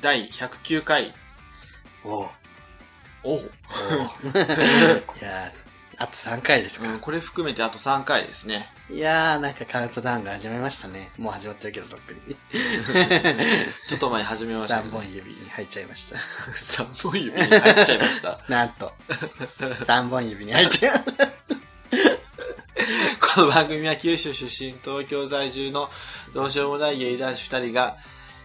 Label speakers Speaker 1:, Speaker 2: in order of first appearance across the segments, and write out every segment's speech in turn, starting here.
Speaker 1: 第109回。
Speaker 2: おう
Speaker 1: お う
Speaker 2: おういやーあと3回ですか、
Speaker 1: うん、これ含めてあと3回ですね。
Speaker 2: いやーなんかカウントダウンが始めましたねもう始まってるけどとっくに
Speaker 1: ちょっと前に始めました、
Speaker 2: 3本指に入っちゃいました
Speaker 1: 3本指に入っちゃいました。
Speaker 2: なん と3本指に入っちゃう
Speaker 1: この番組は九州出身、東京在住のどうしようもないゲイ男子2人が、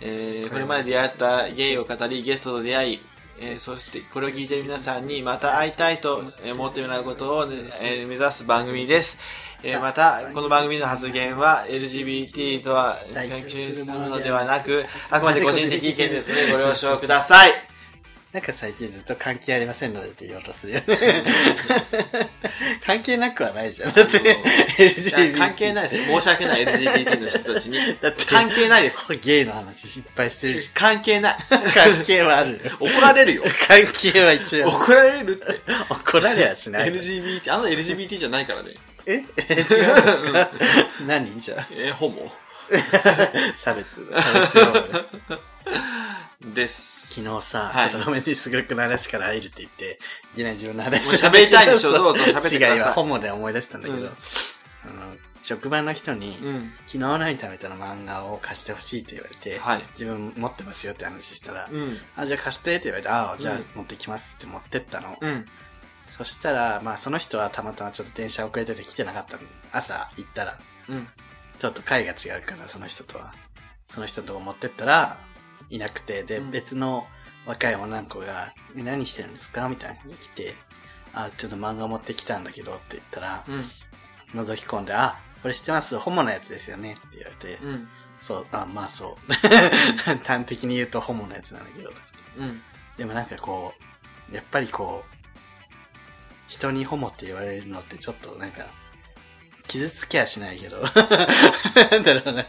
Speaker 1: えーこれまで出会ったゲイを語り、ゲストと出会い、えーそしてこれを聞いている皆さんにまた会いたいと思ってもらうことをね、えー目指す番組です。えーまた、この番組の発言は LGBT とは関係するものではなく、あくまで個人的意見ですのでご了承くだ さい。
Speaker 2: なんか最近ずっと関係ありませんのでって言おうとするよね 関係なくはないじゃんだっ
Speaker 1: じ
Speaker 2: て
Speaker 1: ゃあ
Speaker 2: LGBT
Speaker 1: 関係ないですよ。申し訳ない LGBT の人た ちに。関係ないです。
Speaker 2: ゲイの話失敗してるし
Speaker 1: 関係ない。
Speaker 2: 関係はあるよ
Speaker 1: 怒られるよ。
Speaker 2: 関係は一応
Speaker 1: 怒られるって。
Speaker 2: 怒られはしない
Speaker 1: LGBT、あの LGBT じゃないからね。
Speaker 2: え違うんですか 何じゃ あ
Speaker 1: えー、ホモ。
Speaker 2: 差別差別用語
Speaker 1: です。
Speaker 2: 昨日さ、
Speaker 1: はい
Speaker 2: ちょっとごめんね、すごくの話から入るって言って、いきなり自分の話
Speaker 1: もう喋りたいんで しょどうぞ喋ってください
Speaker 2: 違う今ホモで思い出したんだけど、
Speaker 1: うん
Speaker 2: あの、職場の人に、
Speaker 1: うん。
Speaker 2: 昨日何食べたの漫画を貸してほしいって言われて、
Speaker 1: はい。
Speaker 2: 自分持ってますよって話したら、
Speaker 1: うん。
Speaker 2: あ、じゃあ貸してって言われて、ああ、じゃあ
Speaker 1: うん
Speaker 2: 持ってきますって持ってったの。
Speaker 1: うん。
Speaker 2: そしたら、まあその人はたまたまちょっと電車遅れてて来てなかったの。朝行ったら、
Speaker 1: うん。
Speaker 2: ちょっと会が違うから、その人とは。その人のとこ持ってったら、いなくて、で、
Speaker 1: うん
Speaker 2: 別の若い女の子が、え何してるんですかみたいな感じで来て、あ、ちょっと漫画持ってきたんだけどって言ったら、
Speaker 1: うん。
Speaker 2: 覗き込んで、あ、これ知ってますホモのやつですよねって言われて、
Speaker 1: うん。
Speaker 2: そう、あ、まあそう。 端的に言うとホモのやつなんだけど。
Speaker 1: うん。
Speaker 2: でもなんかこう、やっぱりこう、人にホモって言われるのってちょっとなんか、傷つきはしないけど、なんだろうな、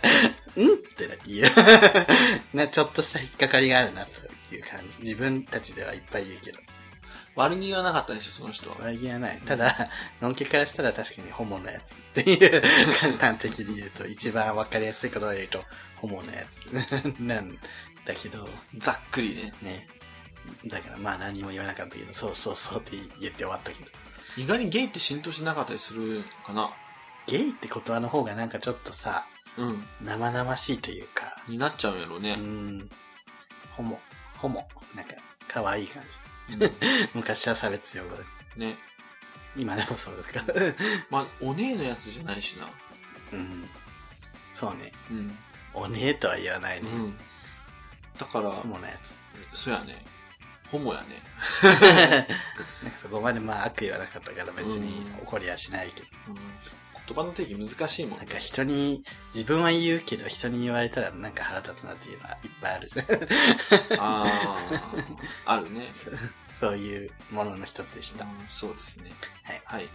Speaker 2: うんって言う。 な、ちょっとした引っかかりがあるなという感じ。自分たちではいっぱい言うけど、
Speaker 1: 悪気がなかったでしょ、その人 は。
Speaker 2: 悪気はない。ただ、のんけからしたら確かにホモのやつっていう、簡単的に言うと、一番わかりやすいことを言うと、ホモのやつ なんだけど、
Speaker 1: ざっくりね。
Speaker 2: ね。だからまあ何も言わなかったけど、そうそうそうって言って終わったけど。
Speaker 1: 意外にゲイって浸透しなかったりするかな。
Speaker 2: ゲイって言葉の方がなんかちょっとさ、
Speaker 1: うん。
Speaker 2: 生々しいというか、
Speaker 1: になっちゃうんやろう
Speaker 2: う
Speaker 1: ね。
Speaker 2: ん、ホモ、ホモ、なんか可愛い感じ。
Speaker 1: うん
Speaker 2: 昔は差別用語で、
Speaker 1: ね。
Speaker 2: 今でもそうですから。
Speaker 1: まあ、お姉のやつじゃないしな。
Speaker 2: うん。そうね。
Speaker 1: うん。
Speaker 2: おねえとは言わないうね。
Speaker 1: ん。だから、
Speaker 2: ホモのや
Speaker 1: そうやね。ホモやね。
Speaker 2: つ。なんかそこまでまあ悪意はなかったから別に
Speaker 1: うん
Speaker 2: 怒りはしないけど。
Speaker 1: うん。言葉の定義難しいもん
Speaker 2: な
Speaker 1: ね
Speaker 2: ん。か人に、自分は言うけど人に言われたらなんか腹立つなっていうのはいっぱいあるじゃん。
Speaker 1: ああ、ある ね。
Speaker 2: そういうものの一つでした。
Speaker 1: うんそうですね。
Speaker 2: はい
Speaker 1: はい。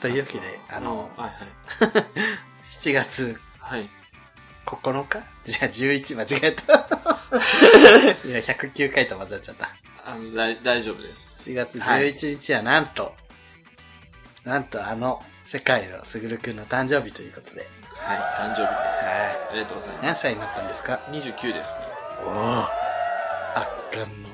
Speaker 2: というわけで、あの、
Speaker 1: はい
Speaker 2: 7月
Speaker 1: はい。はい。
Speaker 2: 9日 じゃあ11間違え た。いや、109回と混ざっちゃった。
Speaker 1: あの、だい大丈夫です。
Speaker 2: 7月11日はなんと、なんとあの、世界のすぐるくんの誕生日ということで。
Speaker 1: はい。誕生日です。
Speaker 2: は
Speaker 1: ありがとうござい
Speaker 2: い。
Speaker 1: ま
Speaker 2: 何
Speaker 1: す。
Speaker 2: 歳になったんですか
Speaker 1: ?29 ですね。
Speaker 2: おぉ。圧巻の、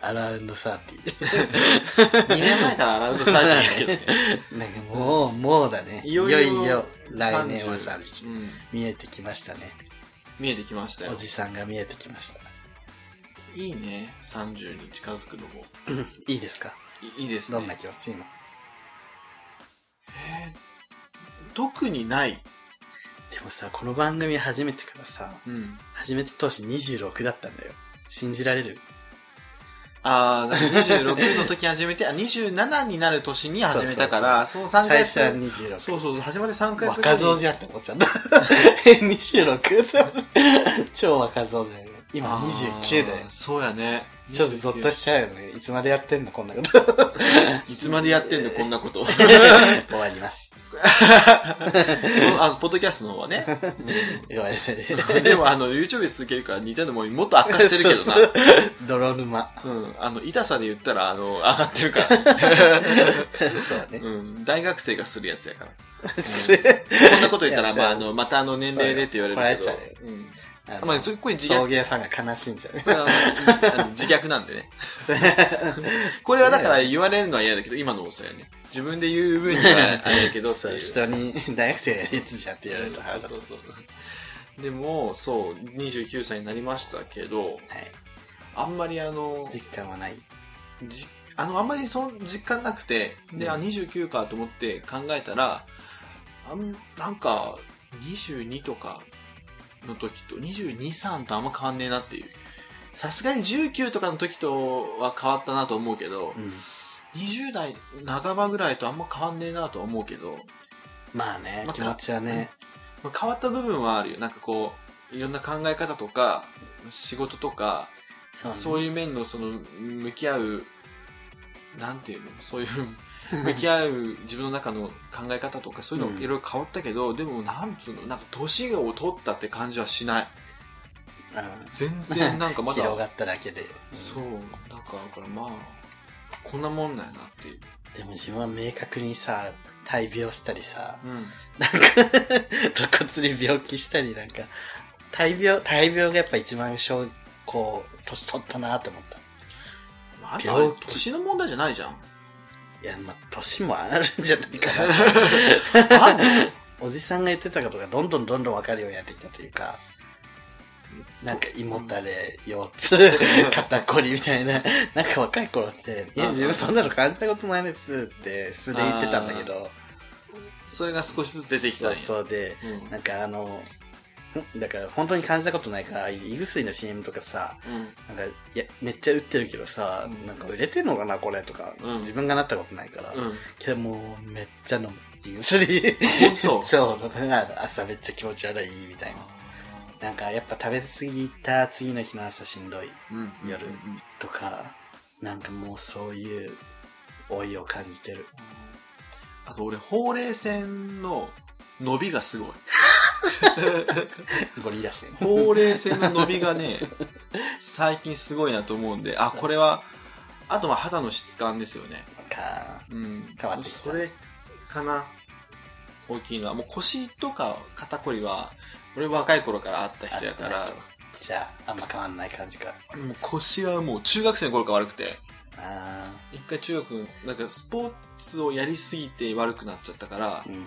Speaker 2: アラウンドサーティ
Speaker 1: 2年前からアラウンド30ですけどね。
Speaker 2: ー。なんかもう、もうだね。いよいよ、来年は
Speaker 1: 30
Speaker 2: 30。
Speaker 1: うん。
Speaker 2: 見えてきましたね。
Speaker 1: 見えてきましたよ
Speaker 2: お。じさんが見えてきました。
Speaker 1: いいね。30に近づくのも。
Speaker 2: いいですか
Speaker 1: いいいですね。
Speaker 2: どんな気持ち今。
Speaker 1: 特にない。
Speaker 2: でもさ、この番組始めてからさ、
Speaker 1: うん。
Speaker 2: 始めた当時26だったんだよ。信じられる
Speaker 1: ああ、だから26の時に始めて、あ、27になる年に始めた から、その3
Speaker 2: 最
Speaker 1: 回
Speaker 2: 初は26。
Speaker 1: そうそうそう、始まって3回
Speaker 2: 若造じゃんって思っちゃ った。え、26? 超若造じゃん。今29だよ
Speaker 1: あー。そうやね。
Speaker 2: ちょっとゾッと
Speaker 1: し
Speaker 2: しちゃうよね。いつまでやってんのこんなこと。
Speaker 1: いつまでやってんの、こんなこと。
Speaker 2: 終わります。
Speaker 1: あの、ポッドキャストの方はね。
Speaker 2: ごめんなさい。
Speaker 1: うんでも、あの、YouTube で続けるから似たのももっと悪化してるけど
Speaker 2: そ
Speaker 1: な。
Speaker 2: うそう泥 沼。
Speaker 1: うん。あの、痛さで言ったら、あの、上がってるから。
Speaker 2: そうね。
Speaker 1: うん。大学生がするやつやから。
Speaker 2: す
Speaker 1: こんなこと言ったら、
Speaker 2: いや
Speaker 1: まあ、あの、またあの、年齢でって言われるけど。
Speaker 2: そうよ
Speaker 1: うん
Speaker 2: あの
Speaker 1: まあ、そこに自
Speaker 2: 送
Speaker 1: 虐、
Speaker 2: 迎ファンが悲しいんじゃない
Speaker 1: まああの自虐なんで ね。これはだから言われるのは嫌だけど、今のもそうやね。自分で言う分にはあれやけどって
Speaker 2: そう
Speaker 1: いう。
Speaker 2: 人に 大学生やるやつじゃんって言われると
Speaker 1: そ
Speaker 2: 腹
Speaker 1: う
Speaker 2: 立つ
Speaker 1: そうそうでもそう29歳になりましたけど
Speaker 2: はい
Speaker 1: あんまりあの
Speaker 2: 実感はない
Speaker 1: じあのあんまりその実感なくてで、あ
Speaker 2: うん
Speaker 1: 29かと思って考えたらあんなんか22とかの時と223とあんま変わんねえなっていうさすがに19とかの時とは変わったなと思うけど
Speaker 2: うん
Speaker 1: 20代半ばぐらいとあんま変わんねえなとは思うけど
Speaker 2: まあね
Speaker 1: まあ
Speaker 2: 気持ちはね
Speaker 1: まあ変わった部分はあるよなんかこういろんな考え方とか仕事とか
Speaker 2: そうね
Speaker 1: そういう面のその向き合うなんていうの そういう向き合う自分の中の考え方とかそういう
Speaker 2: う
Speaker 1: の
Speaker 2: ん
Speaker 1: いろいろ変わったけど、でもなんつうのなんか年を取ったって感じはしない
Speaker 2: うん
Speaker 1: 全 然なんかまだ
Speaker 2: 広がっただけで、うん
Speaker 1: そうだからだからまあこんなもんなんやなっていう、
Speaker 2: でも自分は明確にさ大病したりさ
Speaker 1: うん、
Speaker 2: なんか 露骨に病気したりなんか大病大病がやっぱ一番小こう年取ったなと思った
Speaker 1: まああとあれ
Speaker 2: 病気
Speaker 1: 年の問題じゃない じゃん
Speaker 2: いやまあ年もあるんじゃないかな
Speaker 1: あんの
Speaker 2: おじさんが言ってたことがどんどんどんどん分かるようになってきたというかなんか胃もたれ腰痛 肩こりみたいななんか若い頃って「いや自分そんなの感じたことないです」って素で言ってたんだけど
Speaker 1: それが少しずつ出てきたんや
Speaker 2: そうそうで
Speaker 1: うん
Speaker 2: なんかあのんだから本当に感じたことないからああいう胃薬の CM とかさなんかいやめっちゃ売ってるけどさ、
Speaker 1: うん
Speaker 2: なんか売れてんのかなこれとか、
Speaker 1: うん
Speaker 2: 自分がなったことないから、
Speaker 1: うん、うん、
Speaker 2: けどもうめっちゃ飲む胃薬
Speaker 1: 本当
Speaker 2: そうあの朝めっちゃ気持ち悪いみたいななんかやっぱ食べ過ぎた次の日の朝しんどい
Speaker 1: うん
Speaker 2: 夜とかなんかもうそういう老いを感じてる
Speaker 1: あと俺、ほうれい線の伸びがす ごい。
Speaker 2: ゴリラ線
Speaker 1: ほうれい線の伸びがね、最近すごいなと思うんで、あ、これは、あとまあ肌の質感ですよね。
Speaker 2: か
Speaker 1: うん。
Speaker 2: 変わってきた
Speaker 1: それかな。大きいのは。もう腰とか肩こりは、俺若い頃からあった人やか
Speaker 2: あっ
Speaker 1: ら
Speaker 2: た、人じゃああんま変わんない感じか
Speaker 1: もう腰はもう中学生の頃から悪くて、
Speaker 2: あ
Speaker 1: 一回中学の、なんかスポーツをやりすぎて悪くなっちゃったから
Speaker 2: ー、うん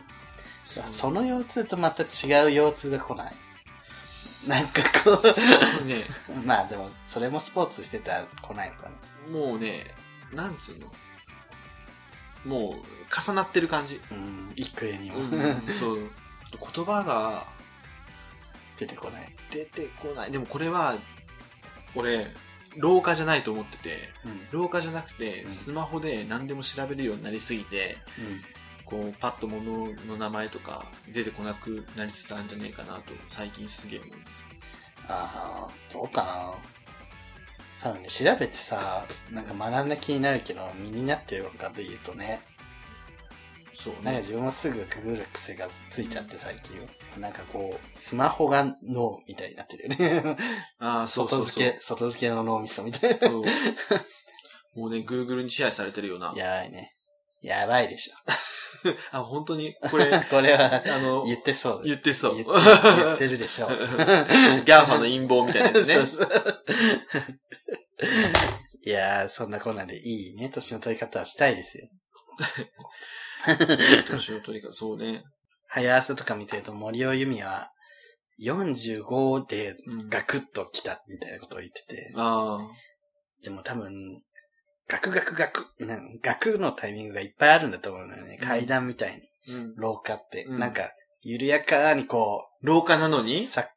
Speaker 2: その腰痛とまた違う腰痛が来ない なんかこう
Speaker 1: そうね、
Speaker 2: まあでもそれもスポーツしてたら来ないのかな
Speaker 1: もうね、なんつうのもう、重なってる感じ。
Speaker 2: うん幾重にも、
Speaker 1: そう。言葉が
Speaker 2: 出てこない、
Speaker 1: 出てこない。でもこれは、俺、老化じゃないと思ってて、
Speaker 2: うん
Speaker 1: 老化じゃなくて
Speaker 2: う、ん
Speaker 1: スマホで何でも調べるようになりすぎて、こう、パッと物の名前とか出てこなくなりつつあるんじゃねえかなと、最近すげえ思うんです。
Speaker 2: ああどうかなそうね調べてさなんか学んだ気になるけど身になってるのかというとね
Speaker 1: そう
Speaker 2: なんか
Speaker 1: ね。
Speaker 2: 自分もすぐググる癖がついちゃって最近なんかこうスマホが脳みたいになってるよね
Speaker 1: ああ、そうそ
Speaker 2: 外
Speaker 1: う
Speaker 2: 付
Speaker 1: そう
Speaker 2: け。外付けの脳みそみたいな
Speaker 1: そう。 もうね、Google に支配されてるような。
Speaker 2: やばいねやばいでしょ
Speaker 1: あ、本当に、これ、
Speaker 2: これは
Speaker 1: あの、
Speaker 2: 言ってそうだ
Speaker 1: 言ってそう。
Speaker 2: 言って 言って
Speaker 1: ギ
Speaker 2: るでしょ
Speaker 1: ャンファの陰謀みたいなやつね。
Speaker 2: そうそういやー、そんなこんなんでいいね、年の取り方をしたいですよ。
Speaker 1: 年の取り方、そうね。
Speaker 2: 早朝とか見てると森尾由美は45で
Speaker 1: うん、
Speaker 2: ガクッと来たみたいなことを言ってて、
Speaker 1: ああ。
Speaker 2: でも多分、ガクガクガク、なんガクのタイミングがいっぱいあるんだと思うのよね。
Speaker 1: うん
Speaker 2: 階段みたいに、
Speaker 1: うん。
Speaker 2: 廊下って。
Speaker 1: うん
Speaker 2: なんか、緩やかにこう、
Speaker 1: 廊下なのに
Speaker 2: さ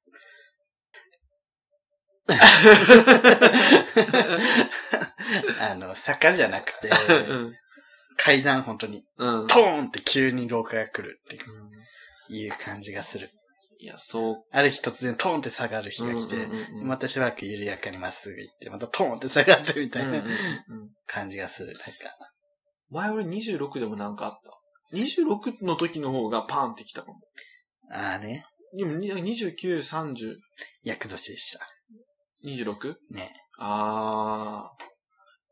Speaker 2: あの、坂じゃ なくて、
Speaker 1: うん。
Speaker 2: 階段本当に、
Speaker 1: うん。
Speaker 2: トーンって急に廊下が来るっていう感じがする。
Speaker 1: いや、そう。
Speaker 2: ある日突然トーンって下がる日が来て、
Speaker 1: うんうんうん
Speaker 2: またしばらく緩やかにまっすぐ行って、またトーンって下がってみたい
Speaker 1: うんうんう
Speaker 2: な
Speaker 1: ん
Speaker 2: 感じがする。なんか、
Speaker 1: 前俺26でもなんかあった。26の時の方がパンってきたかも。
Speaker 2: ああね、
Speaker 1: でもに29、30、
Speaker 2: 厄年でした。
Speaker 1: 26?
Speaker 2: ね。
Speaker 1: ああ。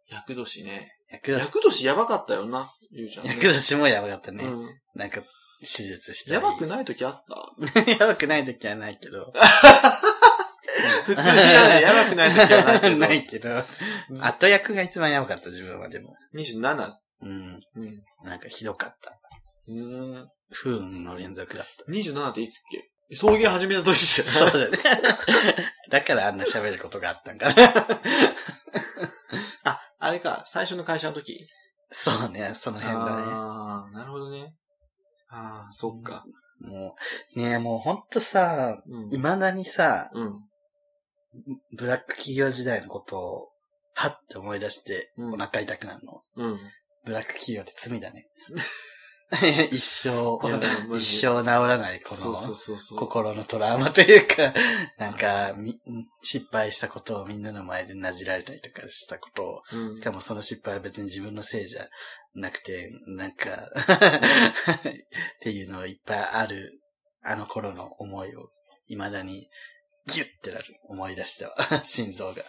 Speaker 1: 厄年ね。
Speaker 2: 厄年、
Speaker 1: 厄年やばかったよな、ゆうちゃん、ね。
Speaker 2: 厄年もやばかったね。
Speaker 1: うん。
Speaker 2: なんか、手術したり。
Speaker 1: やばくない時あった
Speaker 2: やばくない時はないけど。
Speaker 1: 普通にやるやばくない時はないけど。
Speaker 2: ないけど。後役が一番やばかった、自分はでも。
Speaker 1: 27。
Speaker 2: うん。
Speaker 1: うん。
Speaker 2: なんかひどかった。
Speaker 1: うん。
Speaker 2: 不運の連続 だっ
Speaker 1: 27っていつっけ送迎始めた年
Speaker 2: た。
Speaker 1: じゃん。
Speaker 2: そ うだね。だからあんな喋ることがあったんかな。
Speaker 1: あ、あれか、最初の会社の時。
Speaker 2: そうね、その辺だね。
Speaker 1: ああ、なるほどね。ああ、そっか。
Speaker 2: もう、ねもうほんとさ、
Speaker 1: うん。
Speaker 2: 未だにさ、
Speaker 1: うん。
Speaker 2: ブラック企業時代のことを、はって思い出して、
Speaker 1: うん
Speaker 2: お腹痛くなるの。
Speaker 1: うん。
Speaker 2: ブラック企業って罪だね。 一生
Speaker 1: いやマジ、で
Speaker 2: 一生治らない、こ
Speaker 1: そうそう
Speaker 2: の
Speaker 1: そうそう。
Speaker 2: 心のトラウマというか、なんか、み失敗したことをみんなの前でなじられたりとかしたことを、
Speaker 1: うん
Speaker 2: し。かもその失敗は別に自分のせいじゃなくて、なんか、っていうのをいっぱいある、あの頃の思いを、未だに、ギュッてなる、思い出しては、心臓が。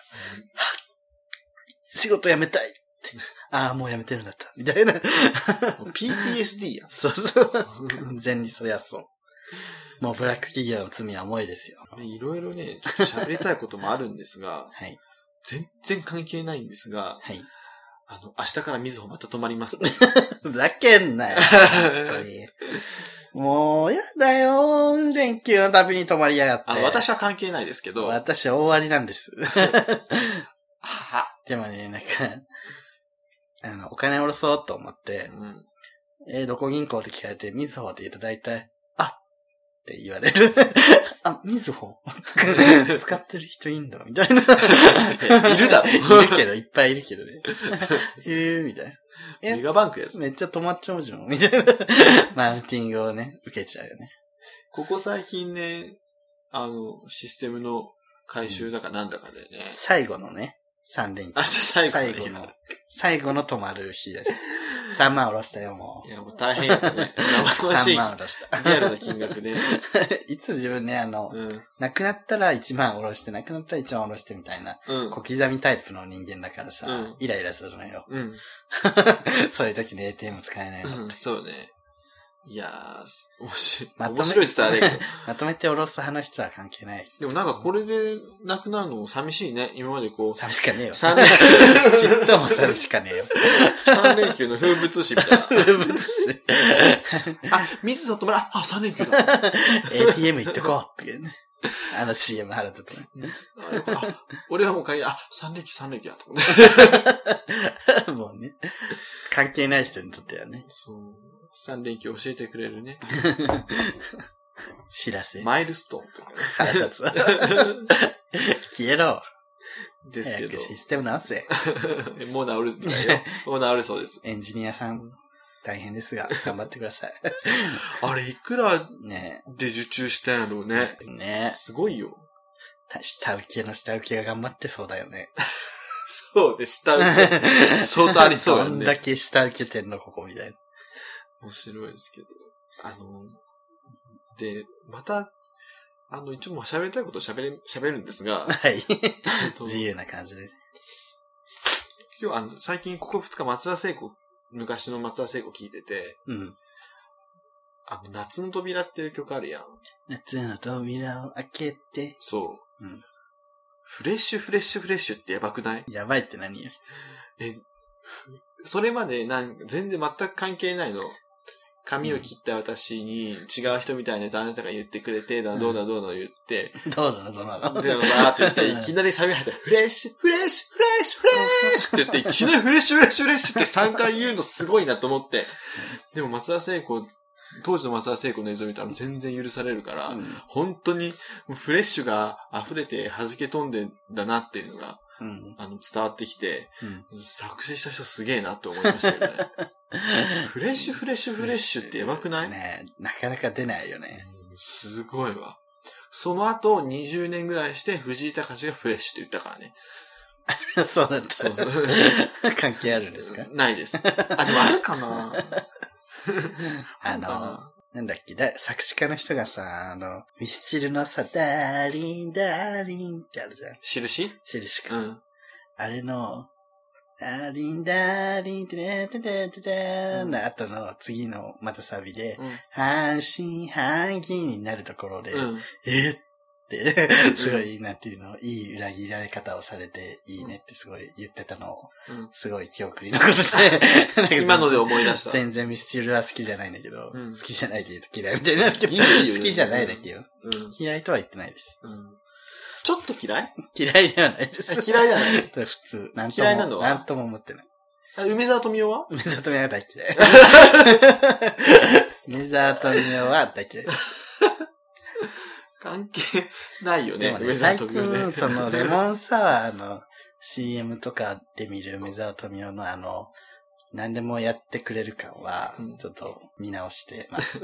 Speaker 2: 仕事辞めたいってああ、もう辞めてるんだった。みたいな。
Speaker 1: PTSD やん。
Speaker 2: そうそう。完全にそれはそう。もうブラック企業の罪は重いですよ。
Speaker 1: ねいろいろね、ちょっと喋りたいこともあるんですが、
Speaker 2: はい。
Speaker 1: 全然関係ないんですが、
Speaker 2: はい。
Speaker 1: あの、明日からみずほまた泊まります。
Speaker 2: ふざけんなよ。本当に。もう、やだよ。連休の旅に泊まりやがって。
Speaker 1: あの、私は関係ないですけど、は、
Speaker 2: 私大ありなんです。
Speaker 1: は、
Speaker 2: でもね、なんか、あの、お金下ろそうと思って、
Speaker 1: うん。
Speaker 2: えーどこ銀行って聞かれて、みずほって言うと大体、あって言われる。 あ、みずほ 使ってる人いんだ、みたいな。
Speaker 1: いるだろ
Speaker 2: いるけど、いっぱいいるけどね。 へえー、みたいな。え
Speaker 1: メガバンクやつ。
Speaker 2: めっちゃ止まっちゃうじゃん、みたいな。マウンティングをね、受けちゃうよね。
Speaker 1: ここ最近ね、あの、システムの回収だかなんだかでね、
Speaker 2: 最後のね、3連
Speaker 1: 明
Speaker 2: 休。
Speaker 1: 日最後の
Speaker 2: 最後の、最後の泊まる日だし。3万下 ろしたよ、も
Speaker 1: いや、もう大変やった ね。
Speaker 2: う。
Speaker 1: 生々しい
Speaker 2: 3
Speaker 1: リ
Speaker 2: 万下ろした。
Speaker 1: アルな金額 で。
Speaker 2: いつ自分ね、あの、
Speaker 1: うん。
Speaker 2: 亡くなったら1万下ろして、亡くなったら1万下ろしてみたいな、
Speaker 1: うん。
Speaker 2: 小刻みタイプの人間だからさ、
Speaker 1: うん
Speaker 2: イライラするのよ。
Speaker 1: うん。
Speaker 2: そういう時に ATM 使えないの。
Speaker 1: うんそうね。いやー、面白い。
Speaker 2: まとめ
Speaker 1: 面白いって言ったらあれやけど。
Speaker 2: まとめて下ろす派の人は関係ない。
Speaker 1: でもなんかこれで亡くなるのも寂しいね。今までこう、
Speaker 2: 寂しかねえよ。
Speaker 1: 三連
Speaker 2: ちっとも寂しか ねえよ。
Speaker 1: 三連休の風物詩みたいな。
Speaker 2: 物資
Speaker 1: あ、水とまら、あ、三連休だ。
Speaker 2: ATM 行ってこうっていうね。あの CM 腹立つね。
Speaker 1: あよかったあ俺はもう帰り、あ、三連休、三連休だと思って。
Speaker 2: もうね。関係ない人にとってはね、
Speaker 1: そう。三連休教えてくれるね。
Speaker 2: 知らせ。
Speaker 1: マイルストーンとかね
Speaker 2: 腹立 つ。消えろ。
Speaker 1: ですけ
Speaker 2: 早くシステム直せ。
Speaker 1: ど。もう治るみたいよ。もう治るそうです。
Speaker 2: エンジニアさん、大変で すが、頑張ってください。
Speaker 1: あれ、いくら
Speaker 2: ね
Speaker 1: で受注したんやろう
Speaker 2: え。
Speaker 1: ね。
Speaker 2: ね
Speaker 1: すごいよ。
Speaker 2: え。下請けの下請けが頑張ってそうだよね。
Speaker 1: そうでした。相当ありそうや
Speaker 2: ど
Speaker 1: ん
Speaker 2: ん
Speaker 1: ね
Speaker 2: だ。け下請けてんの、ここみたいな。
Speaker 1: 面白いですけど。あの、で、また、あの、一応もう喋りたいこと喋れ、喋るんです が、
Speaker 2: はい。
Speaker 1: えっと
Speaker 2: 自由な感じで。
Speaker 1: 今日あの、最近ここ2日松田聖子、昔の松田聖子聞いてて、
Speaker 2: うん。
Speaker 1: あの、夏の扉っていう曲あるやん。
Speaker 2: 夏の扉を開けて。
Speaker 1: そう。
Speaker 2: うん
Speaker 1: フレッシュフレッシュフレッシュってやばくない
Speaker 2: やばいって何よ。
Speaker 1: え、それまでなん全然全く関係ないの。髪を切った私に違う人みたいなやつあなたが言ってくれて、だどうだどうだ言って、
Speaker 2: どうなの、どうなの。
Speaker 1: で、バーって言って、いきなりサビ入って、フレッシュ、フレッシュ、フレッシュ、フレッシュって言って、いきなりフレッシュ、フレッシュ、フレッシュって3回言うのすごいなと思って。でも松田聖子、当時の松田聖子の映像見たら全然許されるから、
Speaker 2: うん
Speaker 1: 本当にもうフレッシュが溢れて弾け飛んでんだなっていうのが、
Speaker 2: うん。
Speaker 1: あの、伝わってきて、
Speaker 2: うん。
Speaker 1: 作詞した人すげえなって思いましたけど ね。フレッシュ、フレッシュ、フレッシュってやばくない
Speaker 2: ねえ、なかなか出ないよね。
Speaker 1: すごいわ。その後、20年ぐらいして、藤井隆がフレッシュって言ったからね。
Speaker 2: そうなんだ
Speaker 1: そうそう
Speaker 2: 関係あるんですか
Speaker 1: ない です。あ、でもあるかな
Speaker 2: あの、なんだっけ、だ作詞家の人がさ、あの、ミスチルのさ、ダーリン、ダーリンってあるじゃん。
Speaker 1: 印
Speaker 2: シルシ
Speaker 1: う
Speaker 2: カ。
Speaker 1: ん。
Speaker 2: あれの、ダーリン、ダーリンってね、ててててー
Speaker 1: うん
Speaker 2: の後の次のまたサビで、
Speaker 1: うん。
Speaker 2: 半信半疑になるところで、
Speaker 1: うん。
Speaker 2: えっって、すごい、なんていうの、いい裏切られ方をされて、いいねってすごい言ってたのを、
Speaker 1: うん
Speaker 2: すごい記憶に 残って、なんか
Speaker 1: 今ので思い出した
Speaker 2: 全然ミスチルは好きじゃないんだけど、
Speaker 1: うん
Speaker 2: 好きじゃないで言うと嫌いみたいになるけど、
Speaker 1: いいよいいよ
Speaker 2: 好きじゃないだけよ。
Speaker 1: うん
Speaker 2: 嫌いとは言ってないです。
Speaker 1: うんちょっと嫌い
Speaker 2: 嫌いではないです。
Speaker 1: 嫌いじゃない
Speaker 2: ただ普通、なんとも、
Speaker 1: 嫌いなのは
Speaker 2: なんとも思って ない。
Speaker 1: あ梅沢富美男は
Speaker 2: 梅沢富美男は大嫌い。梅沢富美男は大嫌い。
Speaker 1: 関係ないよ
Speaker 2: で
Speaker 1: ね。
Speaker 2: もね、
Speaker 1: 梅沢
Speaker 2: 最
Speaker 1: 富美男ね
Speaker 2: 近、その、レモンサワーの CM とかで見る梅沢富美男のあの、何でもやってくれる感は
Speaker 1: うん、
Speaker 2: ちょっと見直し てます。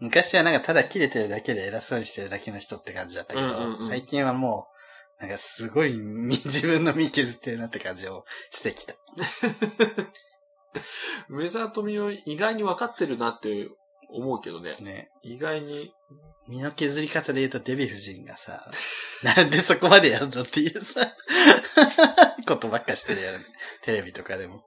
Speaker 2: 昔はなんかただ切れてるだけで偉そうにしてるだけの人って感じだったけど、
Speaker 1: うんうんうん
Speaker 2: 最近はもう、なんかすごい身自分の身削ってるなって感じをしてきた。
Speaker 1: 梅沢富美男意外に分かってるなって思うけどね。
Speaker 2: ね。
Speaker 1: 意外に。
Speaker 2: 身の削り方で言うとデヴィ夫人がさ、 なんでそこまでやるのっていうさ、 ことばっかしてるよね。テレビとかでも。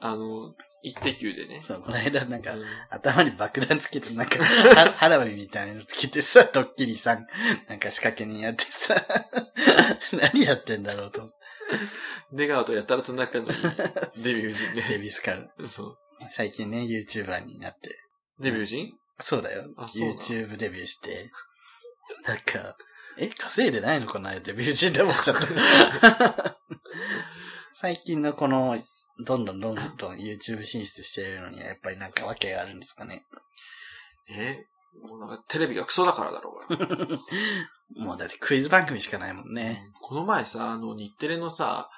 Speaker 1: あの、一滴球でね。
Speaker 2: そう、この間なんか
Speaker 1: う、ん
Speaker 2: 頭に爆弾つけ て、なんか、は花火みたいなのつけてさ、ドッキリさん、なんか仕掛け人やってさ、 何やってんだろうと思って。
Speaker 1: 出川とやたらと仲のいい デヴィ夫人ね。
Speaker 2: デビスカル。
Speaker 1: そ
Speaker 2: 最近ね、YouTuber になって。
Speaker 1: う。デヴィ夫人
Speaker 2: そうだよ。
Speaker 1: あそうなの
Speaker 2: YouTube デビューして。なんか、え、稼いでないのかなデビュー人でもちょっと。 最近のこの、どんどんどんどん YouTube 進出してるのには、やっぱりなんか訳があるんですかね。
Speaker 1: えもうなんかテレビがクソだからだろうが
Speaker 2: もうだってクイズ番組しかないもんね。
Speaker 1: この前さ、あの、日テレのさ、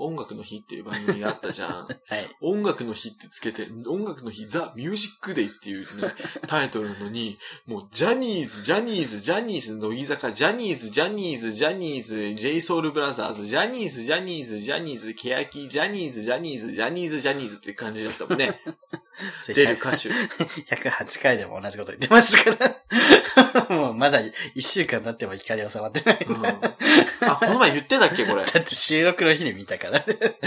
Speaker 1: 音楽の日っていう番組があったじゃ ん。
Speaker 2: はい。
Speaker 1: 音楽の日ってつけて、音楽の日、ザ・ミュージックデイっていう、ね、タイトルなのに、もう、ジャニーズ、ジャニーズ、ジャニーズ、乃木坂、ジャニーズ、ジャニーズ、ジャニーズ、ジェイソウルブラザーズ、ジャニーズ、ジャニーズ、ジャニーズ、ケヤキ、ジャニーズ、ジャニーズ、ジャニーズ、ジャニーズって感じだったもん ね。出る歌手。
Speaker 2: 108回でも同じこと言ってましたから。 もうまだ1週間経っても怒り収まってない。
Speaker 1: うんあ、この前言ってたっけこれ。
Speaker 2: だって収録の日に見たか らね。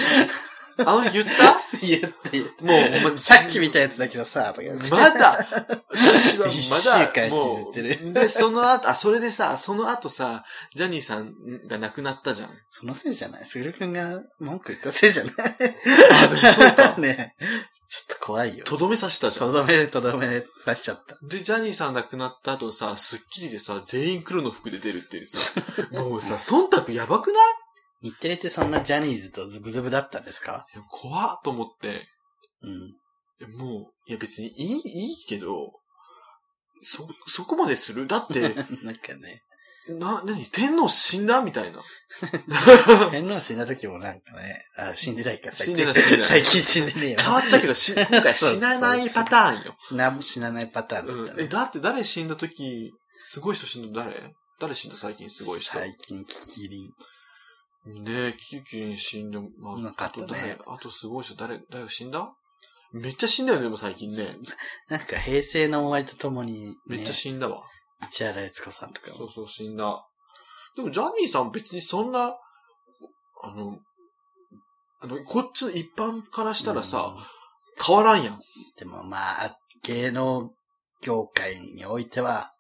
Speaker 1: あの、言った
Speaker 2: 言 って言っ
Speaker 1: もうお前
Speaker 2: て。さっき見たやつだけどさ、とか言って
Speaker 1: まだ、私は
Speaker 2: 一週
Speaker 1: まだ、
Speaker 2: 間
Speaker 1: も
Speaker 2: 引きずって
Speaker 1: う、で、その後、あ、それでさ、その後さ、ジャニーさんが亡くなったじゃん。
Speaker 2: そのせいじゃないすぐるくんが文句言ったせい じゃない
Speaker 1: あでもそうか
Speaker 2: ねえちょっと怖いよ。
Speaker 1: とどめさしたじゃ
Speaker 2: と
Speaker 1: ん。
Speaker 2: どめ、とどめ刺しちゃった。
Speaker 1: で、ジャニーさん亡くなった後さ、スッキリでさ、全員黒の服で出るって いうさ、もうさ、忖度やばくない
Speaker 2: 日テレってそんなジャニーズとズブズブだったんですか
Speaker 1: いや怖っと思って、
Speaker 2: うん。
Speaker 1: もう、いや別にいい、いいけど、そ、そこまでするだ って、
Speaker 2: なん かね、
Speaker 1: な、なに、天皇死んだみたいな。
Speaker 2: 天皇死んだ時もなんかね、あ、死んでないか、最
Speaker 1: 死ん
Speaker 2: 近。
Speaker 1: でない、死んでない。
Speaker 2: 最近死んでねえよ。
Speaker 1: 変わったけど、 し今回死なないパターンよ。
Speaker 2: 死な、死なないパターンだ
Speaker 1: う
Speaker 2: っ
Speaker 1: ん
Speaker 2: た、ね。
Speaker 1: え、だって誰死んだ時、すごい人死んだの誰誰死んだ最近すごい人。ね
Speaker 2: 最近、キキリン。
Speaker 1: え、キキキン死んで、ま
Speaker 2: いなか
Speaker 1: あ
Speaker 2: った
Speaker 1: と
Speaker 2: ね
Speaker 1: 誰、あとすごい人誰、誰が死んだめっちゃ死んだよね、でも最近ね。
Speaker 2: なんか平成の終わりとともに、ね、
Speaker 1: めっちゃ死んだわ。
Speaker 2: 市原悦子さんとか
Speaker 1: そ
Speaker 2: も
Speaker 1: うそう、死んだ。でもジャニーさん別にそんな、あの、あの、こっちの一般からしたらさ、変わらんやん。
Speaker 2: でもまあ、芸能業界においては、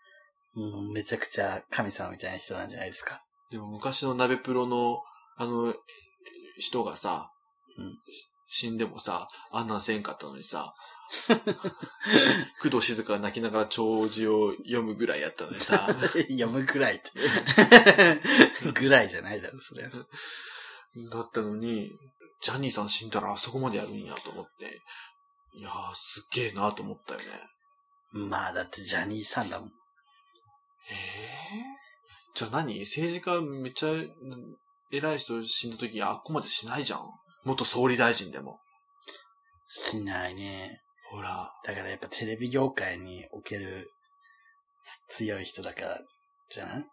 Speaker 2: うん、めちゃくちゃ神様みたいな人なんじゃないですか。
Speaker 1: でも昔の鍋プロの、あの、人がさ、
Speaker 2: うん
Speaker 1: 死んでもさ、あんなんせんかったのにさ、工藤静香が泣きながら長寿を読むぐらいやったのにさ、
Speaker 2: 読むぐらいって。 ぐらいじゃないだろ、それは。
Speaker 1: だったのに、ジャニーさん死んだらあそこまでやるんやと思って、いやー、すっげえなと思ったよね。
Speaker 2: まあ、だってジャニーさんだもん。
Speaker 1: えー、じゃあ何政治家めっちゃうん偉い人死んだ時、あっこまでしないじゃん。元総理大臣でも。
Speaker 2: しないね。
Speaker 1: ほら。
Speaker 2: だからやっぱテレビ業界における強い人だから、じゃない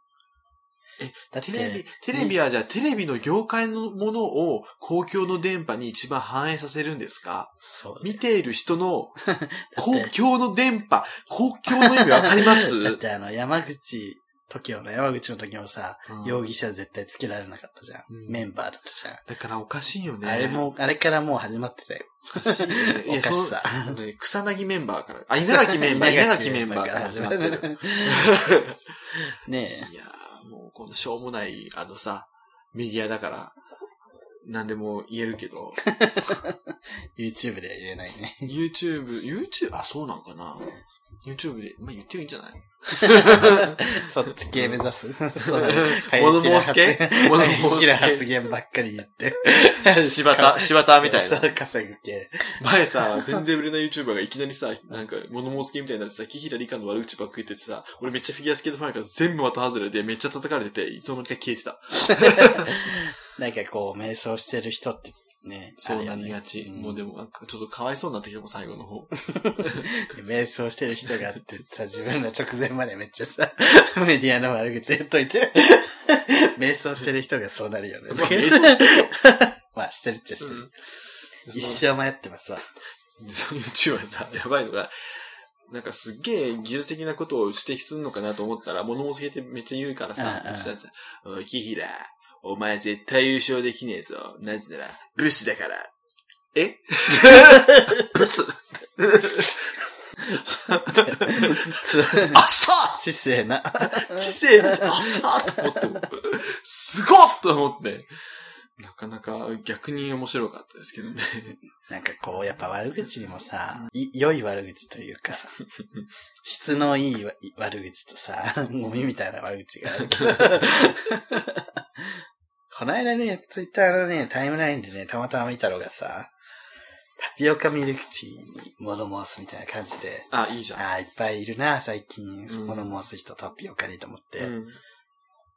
Speaker 1: え、
Speaker 2: だって
Speaker 1: テレビ、テレビはじゃあテレビの業界のものを公共の電波に一番反映させるんですか
Speaker 2: そう。
Speaker 1: 見ている人 の公
Speaker 2: だって
Speaker 1: 共の電波、公共の意味わかりま す、
Speaker 2: だってあの、山口、時をの山口の時もさ、
Speaker 1: うん
Speaker 2: 容疑者絶対つけられなかったじゃん。
Speaker 1: うん
Speaker 2: メンバーだったじゃん。
Speaker 1: だからおかしいよね。
Speaker 2: あれも、あれからもう始まってたよ。いや
Speaker 1: おかしさ。あのね草薙メンバーから、あ、稲垣メンバー、稲垣メンバーから始まってる。。
Speaker 2: ね
Speaker 1: いやー、もうこのしょうもない、あのさ、メディアだから、何でも言えるけど、
Speaker 2: え、YouTube では言えないね。
Speaker 1: YouTube、YouTube、あ、そうなんかな ?YouTube で、まあ、言ってもいいんじゃない
Speaker 2: そっち系目指す。そう
Speaker 1: 物申す系物申す系
Speaker 2: 好きな発言ばっかり言って。
Speaker 1: 柴田、柴田みたいな。
Speaker 2: そう、稼ぐ系。
Speaker 1: 前さ、全然売れない YouTuber がいきなりさ、なんか、物申す系みたいになってさ、木平理香の悪口ばっかり言っててさ、俺めっちゃフィギュアスケートファンから全部的外れでめっちゃ叩かれてて、いつの間にか消えてた。
Speaker 2: なんかこう、瞑想してる人ってね、
Speaker 1: そうな
Speaker 2: あれよ
Speaker 1: り
Speaker 2: ね
Speaker 1: がち。
Speaker 2: ん
Speaker 1: もうでも、なんかちょっとかわいそうになってきたもん、最後の 方。
Speaker 2: 瞑想してる人があってさ、自分の直前までめっちゃさ、 メディアの悪口言っといて、 瞑想してる人がそうなるよね。
Speaker 1: まあ瞑想してるよ
Speaker 2: まあ、してるっちゃしてる。一
Speaker 1: 緒
Speaker 2: 生迷ってますわ。
Speaker 1: その YouTuber さ、やばいのが、なんかすっげえ技術的なことを指摘するのかなと思ったら、物申し系ってめっちゃ言うからさ、
Speaker 2: うんうん
Speaker 1: そしたらさ、おい、キヒラ、お前絶対優勝できねえぞ。なぜなら、ブスだから。 えブス
Speaker 2: つ
Speaker 1: あっさ
Speaker 2: 知性な。
Speaker 1: 知性だし、あっさと思っても、すごっと思って、なかなか逆に面白かったですけどね。
Speaker 2: なんかこう、やっぱ悪口にもさ、い良い悪口というか、質のいいわ悪口とさ、ゴミみたいな悪口があるけど。この間ね、ツイッターのね、タイムラインでね、たまたま見たのがさ、タピオカミルクティーに物申すみたいな感じで、
Speaker 1: あ、いいじゃん。
Speaker 2: ああ、いっぱいいるな、最近。物申す人タピオカにと思って、
Speaker 1: うん